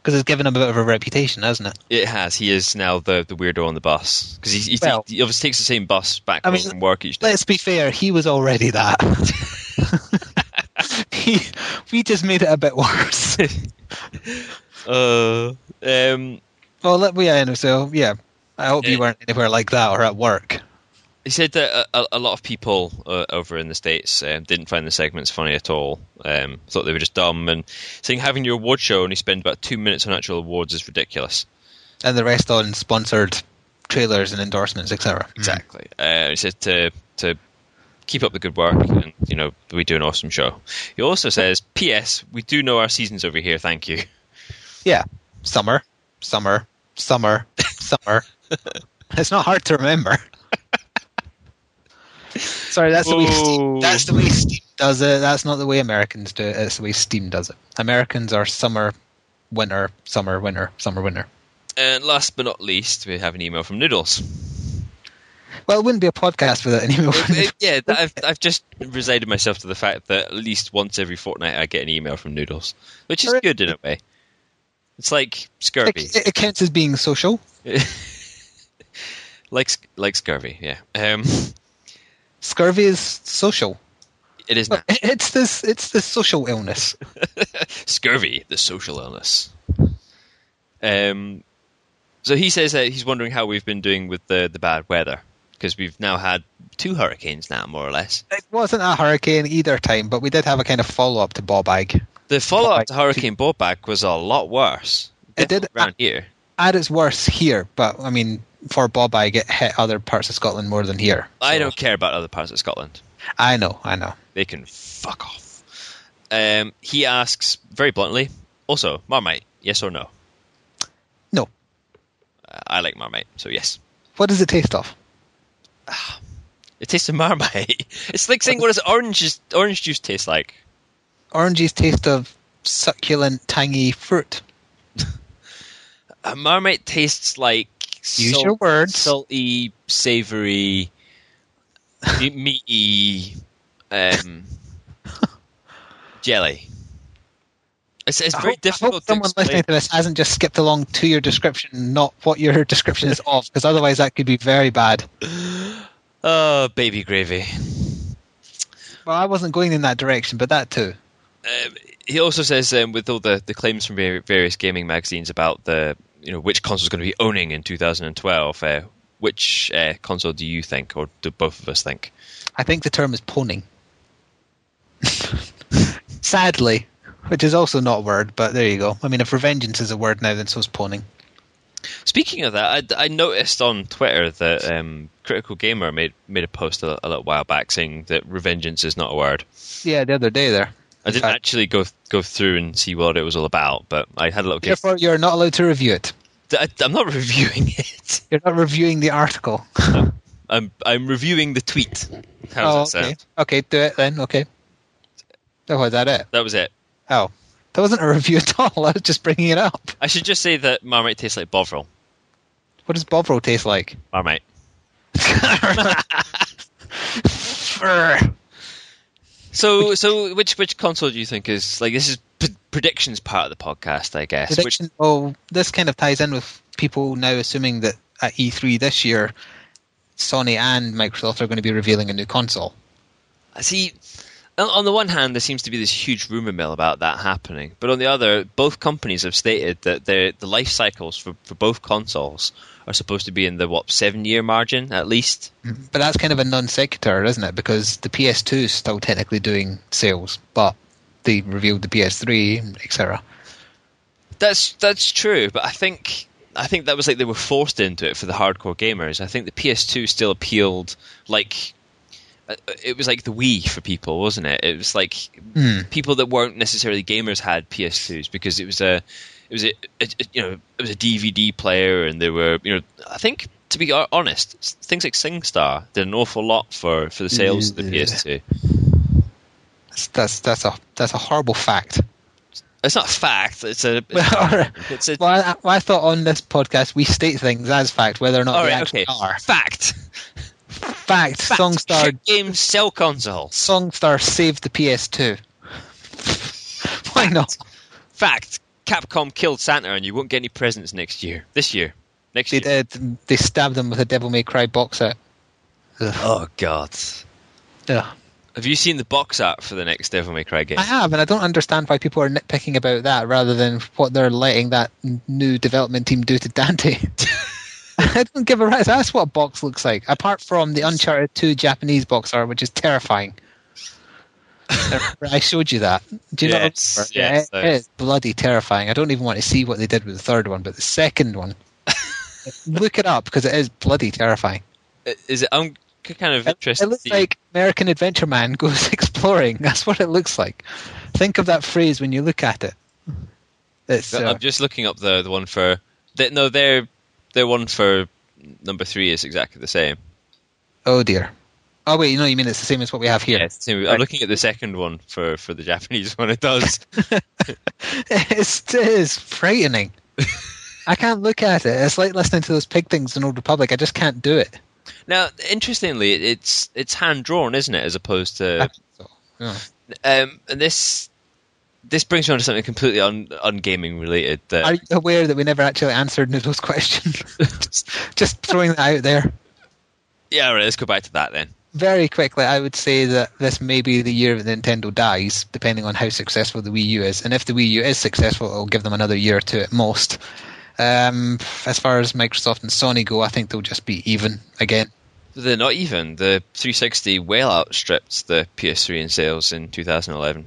[SPEAKER 1] Because it's given him a bit of a reputation, hasn't it?
[SPEAKER 2] it has. He is now the, the weirdo on the bus because he, he,
[SPEAKER 1] Well-
[SPEAKER 2] he obviously takes the same bus back
[SPEAKER 1] I mean,
[SPEAKER 2] home from work each day.
[SPEAKER 1] Let's be fair, he was already that. he, we just made it a bit worse.
[SPEAKER 2] Uh, um,
[SPEAKER 1] well, let we end. So, yeah, I hope you
[SPEAKER 2] Yeah.
[SPEAKER 1] weren't anywhere like that or at work.
[SPEAKER 2] He said that a, a, a lot of people uh, over in the states um, didn't find the segments funny at all. Um, thought they were just dumb, and saying having your award show and you spend about two minutes on actual awards is ridiculous.
[SPEAKER 1] And the rest on sponsored trailers and endorsements, Mm. etc.
[SPEAKER 2] Exactly. Uh, he said to to keep up the good work, and you know we do an awesome show. He also says, "P.S. We do know our seasons over here. Thank you."
[SPEAKER 1] Yeah, summer, summer, summer, summer. It's not hard to remember. Sorry, that's the way Steam,
[SPEAKER 2] Whoa.
[SPEAKER 1] that's the way Steam does it. That's not the way Americans do it. It's the way Steam does it. Americans are summer, winter, summer, winter, summer, winter.
[SPEAKER 2] And last but not least, we have an email from Noodles.
[SPEAKER 1] Well, it wouldn't be a podcast without an email.
[SPEAKER 2] It- it- yeah, that- I've I've just resigned myself to the fact that at least once every fortnight I get an email from Noodles, which is good in a way. It's like scurvy,
[SPEAKER 1] It, it counts as being social.
[SPEAKER 2] like sc- like scurvy. Yeah, um,
[SPEAKER 1] Scurvy is social.
[SPEAKER 2] it is now.
[SPEAKER 1] It's this. It's this social illness.
[SPEAKER 2] scurvy, the social illness. Um, so he says that he's wondering how we've been doing with the the bad weather because we've now had two hurricanes now, more or less.
[SPEAKER 1] It wasn't a hurricane either time, but we did have a kind of follow up to Bob Ag.
[SPEAKER 2] The follow up
[SPEAKER 1] Right.
[SPEAKER 2] to Hurricane Bobak was a lot worse.
[SPEAKER 1] It did-
[SPEAKER 2] Definitely around here.
[SPEAKER 1] at its worst here, but I mean, for Bob, I get hit other parts of Scotland more than here.
[SPEAKER 2] I
[SPEAKER 1] So-
[SPEAKER 2] don't care about other parts of Scotland.
[SPEAKER 1] I know. I know.
[SPEAKER 2] They can fuck off. Um, he asks very bluntly. Also, Marmite, yes or no?
[SPEAKER 1] No.
[SPEAKER 2] Uh, I like Marmite, so yes.
[SPEAKER 1] What does it taste of?
[SPEAKER 2] It tastes of Marmite. It's like saying what does orange juice, orange juice taste like?
[SPEAKER 1] Oranges taste of succulent, tangy fruit.
[SPEAKER 2] A Marmite tastes like
[SPEAKER 1] Use your words.
[SPEAKER 2] salty, savory, me- meaty, um, jelly. It's, it's
[SPEAKER 1] I hope, I
[SPEAKER 2] very
[SPEAKER 1] hope
[SPEAKER 2] difficult to
[SPEAKER 1] someone
[SPEAKER 2] explain.
[SPEAKER 1] listening to this hasn't just skipped along to your description, not what your description is of, because otherwise that could be very bad.
[SPEAKER 2] Oh, baby gravy.
[SPEAKER 1] Well, I wasn't going in that direction, but that too.
[SPEAKER 2] Um, he also says um, with all the, the claims from var- various gaming magazines about the you know which console's going to be owning in 2012, uh, which uh, console do you think, or do both of us think?
[SPEAKER 1] I think the term is poning. Sadly, which is also not a word, but there you go. I mean, if revengeance is a word now, then so is poning.
[SPEAKER 2] Speaking of that, I, I noticed on Twitter that um, Critical Gamer made made a post a, a little while back saying that revengeance is not a word.
[SPEAKER 1] Yeah, the other day there.
[SPEAKER 2] I didn't
[SPEAKER 1] Okay.
[SPEAKER 2] actually go go through and see what it was all about, but I had a little. Case.
[SPEAKER 1] Therefore, you're not allowed to review it.
[SPEAKER 2] I, I'm not reviewing it.
[SPEAKER 1] You're not reviewing the article.
[SPEAKER 2] I'm I'm reviewing the tweet. How does
[SPEAKER 1] oh,
[SPEAKER 2] that
[SPEAKER 1] okay.
[SPEAKER 2] sound?
[SPEAKER 1] Okay, do it then. Okay. Oh, is that it?
[SPEAKER 2] That was it.
[SPEAKER 1] Oh, That wasn't a review at all. I was just bringing it up.
[SPEAKER 2] I should just say that Marmite tastes like Bovril.
[SPEAKER 1] What does Bovril taste like?
[SPEAKER 2] Marmite. So, so which which console do you think is like this is p- predictions part of the podcast, I guess. Which,
[SPEAKER 1] Prediction. Well, this kind of ties in with people now assuming that at E3 this year, Sony and Microsoft are going to be revealing a new console.
[SPEAKER 2] see, on- on the one hand, there seems to be this huge rumor mill about that happening, but on the other, both companies have stated that their the life cycles for, for both consoles are supposed to be in the what seven year margin at least.
[SPEAKER 1] But that's kind of a non sequitur, isn't it? Because the PS2 is still technically doing sales, but they revealed the PS3, etc.
[SPEAKER 2] That's that's true, but I think I think that was like they were forced into it for the hardcore gamers. I think the PS2 still appealed like uh, it was like the Wii for people, wasn't it? It was like
[SPEAKER 1] Hmm,
[SPEAKER 2] people that weren't necessarily gamers had PS2s because it was a it was a, a- a- you know it was a DVD player and there were you know I think to be ho- honest s- things like SingStar did an awful lot for for the sales of the
[SPEAKER 1] Yeah.
[SPEAKER 2] PS2.
[SPEAKER 1] That's, that's that's a that's a horrible fact.
[SPEAKER 2] It's not a fact. It's a it's,
[SPEAKER 1] Well, all right.
[SPEAKER 2] it's a
[SPEAKER 1] Well, I, well, I thought on this podcast we state things as fact, whether or not
[SPEAKER 2] all
[SPEAKER 1] they
[SPEAKER 2] right
[SPEAKER 1] actually
[SPEAKER 2] okay
[SPEAKER 1] are.
[SPEAKER 2] fact.
[SPEAKER 1] Fact, Songstar
[SPEAKER 2] Shit games sell consoles.
[SPEAKER 1] Songstar saved the PS2. Why not?
[SPEAKER 2] Fact: Capcom killed Santa, and you won't get any presents next year. This year, next
[SPEAKER 1] They
[SPEAKER 2] year.
[SPEAKER 1] did. They stabbed him with a Devil May Cry box set. Ugh.
[SPEAKER 2] Oh God!
[SPEAKER 1] Ugh.
[SPEAKER 2] Have you seen the box art for the next Devil May Cry game?
[SPEAKER 1] I have, and I don't understand why people are nitpicking about that rather than what they're letting that n- new development team do to Dante. I don't give a rat's That's what a box looks like, apart from the Uncharted 2 Japanese box art, which is terrifying. I showed you that. Do you
[SPEAKER 2] Yes,
[SPEAKER 1] not remember?
[SPEAKER 2] yes,
[SPEAKER 1] it is bloody terrifying. I don't even want to see what they did with the third one, but the second one, look it up because it is bloody terrifying.
[SPEAKER 2] I- Is it? I'm k- kind of interested.
[SPEAKER 1] It looks
[SPEAKER 2] to see-
[SPEAKER 1] like American Adventure Man goes exploring. That's what it looks like. Think of that phrase when you look at it. It's
[SPEAKER 2] No,
[SPEAKER 1] uh,
[SPEAKER 2] I'm just looking up the the one for. The, no, their their one for number three is exactly the same.
[SPEAKER 1] oh dear. Oh wait, no, you mean it's the same as what we have here.
[SPEAKER 2] Yeah, it's the same. I'm
[SPEAKER 1] Right.
[SPEAKER 2] looking at the second one for for the Japanese one. It does.
[SPEAKER 1] it's, it is frightening. I can't look at it. It's like listening to those pig things in Old Republic. I just can't do it.
[SPEAKER 2] now, interestingly, it's it's hand drawn, isn't it, as opposed to
[SPEAKER 1] So, yeah.
[SPEAKER 2] um, and this this brings me on to something completely un ungaming related. That
[SPEAKER 1] Are you aware that we never actually answered Noodle's question? just, just throwing that out there.
[SPEAKER 2] yeah, all right, let's go back to that then.
[SPEAKER 1] very quickly, I would say that this may be the year that Nintendo dies, depending on how successful the Wii U is. And if the Wii U is successful, it'll give them another year or two at most. Um, as far as Microsoft and Sony go, I think they'll just be even again.
[SPEAKER 2] They're not even the 360 whale outstripped the PS3 in sales in 2011.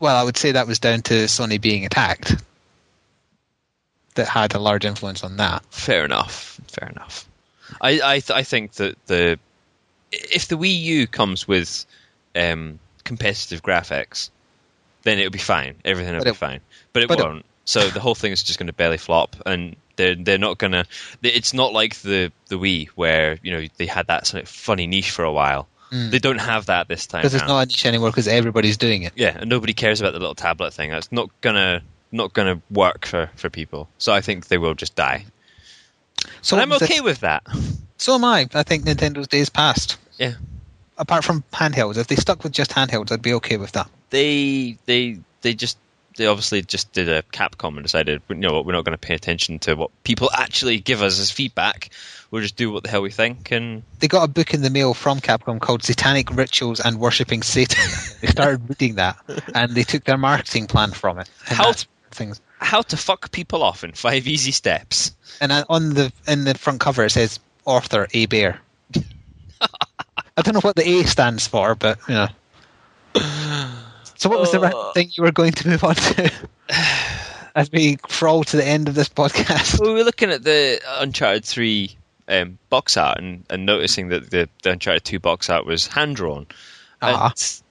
[SPEAKER 1] Well, I would say that was down to Sony being attacked. That had a large influence on that.
[SPEAKER 2] Fair enough. Fair enough. I I, th- I think that the if the Wii U comes with um, competitive graphics, then it'll be fine. Everything will
[SPEAKER 1] But
[SPEAKER 2] be
[SPEAKER 1] it-
[SPEAKER 2] fine. But it
[SPEAKER 1] but it-
[SPEAKER 2] won't. so the whole thing is just going to belly flop, and they're they're not going to. It's not like the the Wii where you know they had that sort of funny niche for a while. They don't have that this time.
[SPEAKER 1] Because
[SPEAKER 2] now.
[SPEAKER 1] Mm. it's not a niche anymore because everybody's doing it.
[SPEAKER 2] yeah, and nobody cares about the little tablet thing. That's not gonna not gonna work for, for people. So I think they will just die.
[SPEAKER 1] So
[SPEAKER 2] And I'm
[SPEAKER 1] the-
[SPEAKER 2] okay with that.
[SPEAKER 1] so am I. I think Nintendo's days past.
[SPEAKER 2] Yeah,
[SPEAKER 1] Apart from handhelds, if they stuck with just handhelds, I'd be okay with that.
[SPEAKER 2] they they they just they obviously just did a Capcom and decided you know what we're not going to pay attention to what people actually give us as feedback. We'll just do what the hell we think and
[SPEAKER 1] they got a book in the mail from Capcom called Satanic Rituals and Worshipping Satan. they started reading that and they took their marketing plan from it. And
[SPEAKER 2] How-
[SPEAKER 1] that's things.
[SPEAKER 2] how to fuck people off in five easy steps.
[SPEAKER 1] And I- on the in the front cover it says Arthur A Bear. I don't know what the A stands for, but you know. So what was the
[SPEAKER 2] Uh.
[SPEAKER 1] right thing you were going to move on to? As we crawl to the end of this podcast.
[SPEAKER 2] We were looking at the Uncharted three um, box art and, and noticing that the, the Uncharted two box art was hand drawn.
[SPEAKER 1] Ah.
[SPEAKER 2] And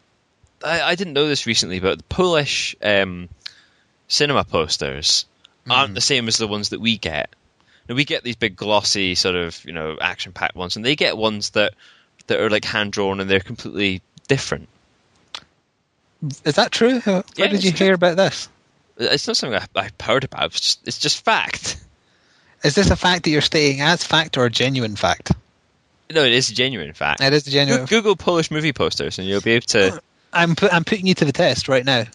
[SPEAKER 2] I, I didn't know this recently, but the Polish um, cinema posters
[SPEAKER 1] Hmm.
[SPEAKER 2] aren't the same as the ones that we get. Now, we get these big glossy sort of you know action packed ones, and they get ones that that are like hand drawn and they're completely different.
[SPEAKER 1] Is that true? Where
[SPEAKER 2] Yeah,
[SPEAKER 1] did you
[SPEAKER 2] it's
[SPEAKER 1] hear about this?
[SPEAKER 2] It's not something I, I heard about. It's just, it's just fact.
[SPEAKER 1] Is this a fact that you're stating as fact or a genuine fact?
[SPEAKER 2] No, it is a genuine fact.
[SPEAKER 1] It is a genuine.
[SPEAKER 2] Go- Google Polish movie posters, and you'll be able to.
[SPEAKER 1] I'm pu- I'm putting you to the test right now.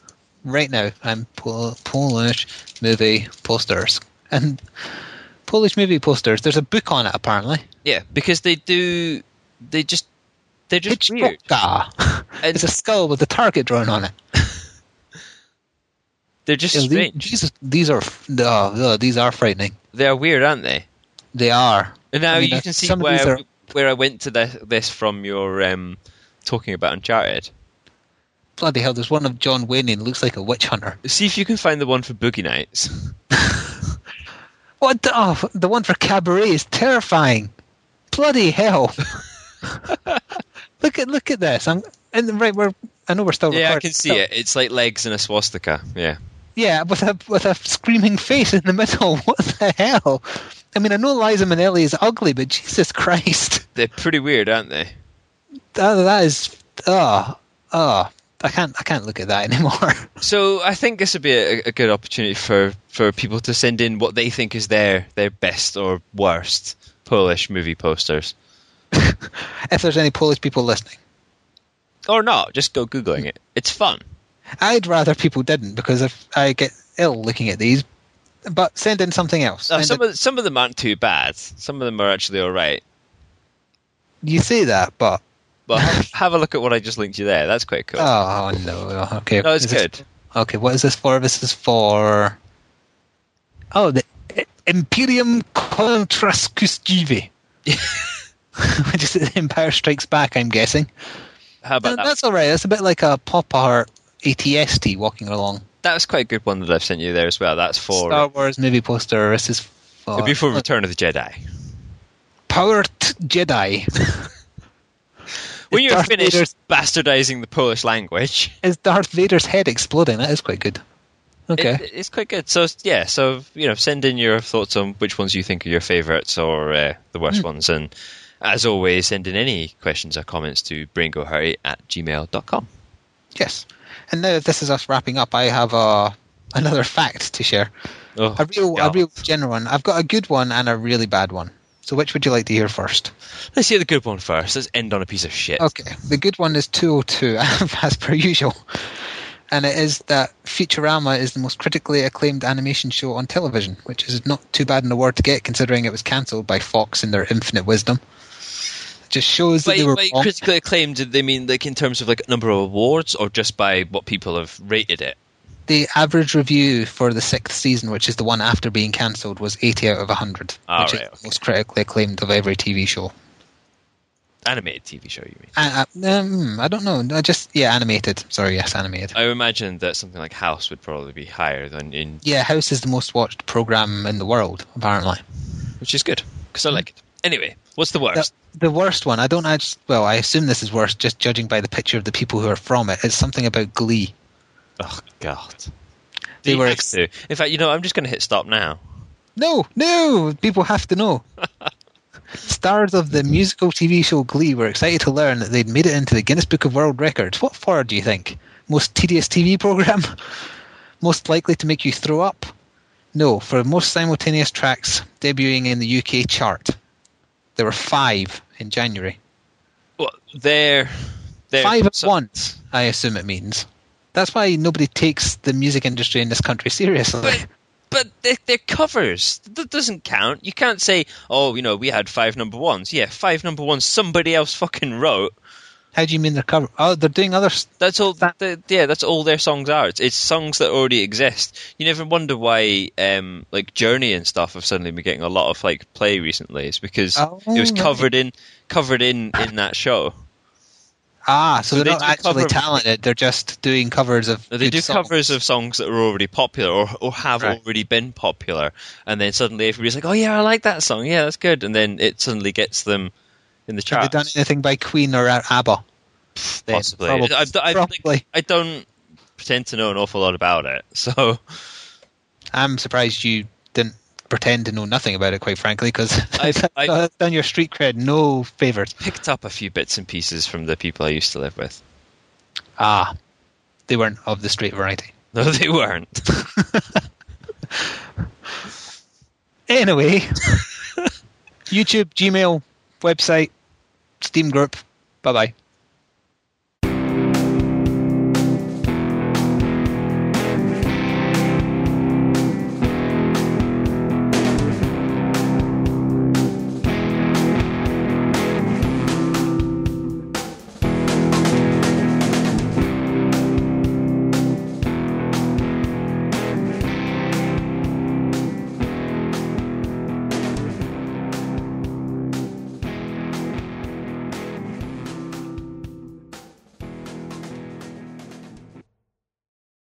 [SPEAKER 1] Right now, I'm Pol- Polish movie posters and Polish movie posters. There's a book on it apparently.
[SPEAKER 2] Yeah, because they do. They just. They're just weird.
[SPEAKER 1] Hitchcocka.
[SPEAKER 2] And-
[SPEAKER 1] it's a skull with a target drawn on it.
[SPEAKER 2] They're just
[SPEAKER 1] Yeah, the-
[SPEAKER 2] strange.
[SPEAKER 1] Jesus, these are f- oh, oh, these are frightening.
[SPEAKER 2] They are weird, aren't they?
[SPEAKER 1] They are.
[SPEAKER 2] And now
[SPEAKER 1] I mean,
[SPEAKER 2] you
[SPEAKER 1] uh,
[SPEAKER 2] can see
[SPEAKER 1] some of these
[SPEAKER 2] where
[SPEAKER 1] are-
[SPEAKER 2] where I went to the, this from your um, talking about Uncharted.
[SPEAKER 1] Bloody hell! There's one of John Wayne and looks like a witch hunter.
[SPEAKER 2] See if you can find the one for Boogie Nights.
[SPEAKER 1] What the? Oh, the one for Cabaret is terrifying. Bloody hell! look at look at this. I'm and right. We're I know we're still
[SPEAKER 2] yeah, I
[SPEAKER 1] recording.
[SPEAKER 2] can see
[SPEAKER 1] So-
[SPEAKER 2] it. It's like legs and a swastika. Yeah,
[SPEAKER 1] Yeah, with a with a screaming face in the middle. What the hell? I mean, I know Liza Minnelli is ugly, but Jesus Christ,
[SPEAKER 2] they're pretty weird, aren't they?
[SPEAKER 1] that, that is oh oh. I can't I can't look at that anymore.
[SPEAKER 2] So I think this would be a, a good opportunity for, for people to send in what they think is their their best or worst Polish movie posters,
[SPEAKER 1] if there's any Polish people listening,
[SPEAKER 2] or not. Just go googling it. It's fun.
[SPEAKER 1] I'd rather people didn't because if I get ill looking at these. But send in something else.
[SPEAKER 2] Now,
[SPEAKER 1] Send
[SPEAKER 2] Uh, some
[SPEAKER 1] in-
[SPEAKER 2] of, some of them aren't too bad. Some of them are actually all right.
[SPEAKER 1] you say that, but
[SPEAKER 2] But have, have a look at what I just linked you there. That's quite cool.
[SPEAKER 1] oh no, okay.
[SPEAKER 2] no, it's
[SPEAKER 1] Is this-
[SPEAKER 2] good.
[SPEAKER 1] okay, what is this for? This is for oh the I- Imperium Contrascustive, which is the Empire Strikes Back. I'm guessing.
[SPEAKER 2] How about
[SPEAKER 1] No,
[SPEAKER 2] that?
[SPEAKER 1] that's all right. That's a bit like a pop art E ATST walking along.
[SPEAKER 2] That was quite a good one that I've sent you there as well. That's for
[SPEAKER 1] Star Wars movie poster. This is for
[SPEAKER 2] it'd be for Return of the Jedi.
[SPEAKER 1] Powered Jedi.
[SPEAKER 2] When you're
[SPEAKER 1] Darth
[SPEAKER 2] finished
[SPEAKER 1] Vader's-
[SPEAKER 2] bastardizing the Polish language,
[SPEAKER 1] is Darth Vader's head exploding? That is quite good. Okay.
[SPEAKER 2] it, it's quite good. So yeah, so you know, send in your thoughts on which ones you think are your favourites or uh, the worst
[SPEAKER 1] Hmm.
[SPEAKER 2] ones, and as always, send in any questions or comments to braingohurry at gmail.com.
[SPEAKER 1] yes. And now that this is us wrapping up, I have uh, another fact to share.
[SPEAKER 2] Oh,
[SPEAKER 1] A real, a
[SPEAKER 2] God.
[SPEAKER 1] real general one. I've got a good one and a really bad one. So which would you like to hear first?
[SPEAKER 2] Let's hear the good one first. Let's end on a piece of shit.
[SPEAKER 1] Okay, the good one is 202, as per usual. And it is that Futurama is the most critically acclaimed animation show on television, which is not too bad an award to get considering it was cancelled by Fox in their infinite wisdom. It just shows that
[SPEAKER 2] By,
[SPEAKER 1] they were
[SPEAKER 2] by
[SPEAKER 1] wrong.
[SPEAKER 2] critically acclaimed, did they mean like in terms of like number of awards, or just by what people have rated it?
[SPEAKER 1] the average review for the sixth season, which is the one after being cancelled, was 80 out of 100,
[SPEAKER 2] Ah,
[SPEAKER 1] which
[SPEAKER 2] right,
[SPEAKER 1] is the most critically acclaimed of every TV show.
[SPEAKER 2] Animated TV show, you mean?
[SPEAKER 1] Uh, uh, um, I don't know. I just yeah, animated. Sorry, yes, animated.
[SPEAKER 2] I imagine that something like House would probably be higher than in,
[SPEAKER 1] Yeah, House is the most watched program in the world, apparently.
[SPEAKER 2] which is good because I like it. Anyway, what's the worst?
[SPEAKER 1] The, the worst one, I don't actually. Well, I assume this is worse, just judging by the picture of the people who are from it. It's something about Glee.
[SPEAKER 2] Oh God!
[SPEAKER 1] They
[SPEAKER 2] You
[SPEAKER 1] were
[SPEAKER 2] have
[SPEAKER 1] ex-
[SPEAKER 2] to. In fact, you know, I'm just going to hit stop now.
[SPEAKER 1] No, no, people have to know. Stars of the musical TV show Glee were excited to learn that they'd made it into the Guinness Book of World Records. What for, do you think? Most tedious TV program? Most likely to make you throw up? No, for most simultaneous tracks debuting in the UK chart. There were five in January.
[SPEAKER 2] Well, there, there.
[SPEAKER 1] Five at
[SPEAKER 2] so-
[SPEAKER 1] once, I assume it means. That's why nobody takes the music industry in this country seriously.
[SPEAKER 2] But but they're, they're covers. That doesn't count. You can't say, oh, you know, we had five number ones. Yeah, five number ones. Somebody else fucking wrote.
[SPEAKER 1] How do you mean they're cover? Oh, they're doing other s-
[SPEAKER 2] That's all.
[SPEAKER 1] That-
[SPEAKER 2] the, yeah, that's all their songs are. It's, it's songs that already exist. You never wonder why, um, like Journey and stuff, have suddenly been getting a lot of like play recently. It's because
[SPEAKER 1] Oh,
[SPEAKER 2] it was
[SPEAKER 1] right.
[SPEAKER 2] covered in covered in in that show.
[SPEAKER 1] Ah, so,
[SPEAKER 2] So
[SPEAKER 1] they're
[SPEAKER 2] they
[SPEAKER 1] not
[SPEAKER 2] do
[SPEAKER 1] actually
[SPEAKER 2] cover-
[SPEAKER 1] talented. They're just doing covers of.
[SPEAKER 2] No, they
[SPEAKER 1] good
[SPEAKER 2] do
[SPEAKER 1] songs.
[SPEAKER 2] covers of songs that are already popular or, or have
[SPEAKER 1] Right.
[SPEAKER 2] already been popular, and then suddenly everybody's like, "Oh yeah, I like that song. Yeah, that's good." And then it suddenly gets them in the
[SPEAKER 1] Have
[SPEAKER 2] charts.
[SPEAKER 1] they done anything by Queen or A- ABBA? Then
[SPEAKER 2] Possibly.
[SPEAKER 1] probably-
[SPEAKER 2] I, I, I,
[SPEAKER 1] probably.
[SPEAKER 2] I don't pretend to know an awful lot about it, so
[SPEAKER 1] I'm surprised you didn't pretend to know nothing about it. Quite frankly, because
[SPEAKER 2] I've- I-
[SPEAKER 1] done your street cred no favors.
[SPEAKER 2] picked up a few bits and pieces from the people I used to live with.
[SPEAKER 1] Ah, they weren't of the straight variety.
[SPEAKER 2] No, they weren't.
[SPEAKER 1] Anyway, YouTube, Gmail, website, Steam group. Bye bye.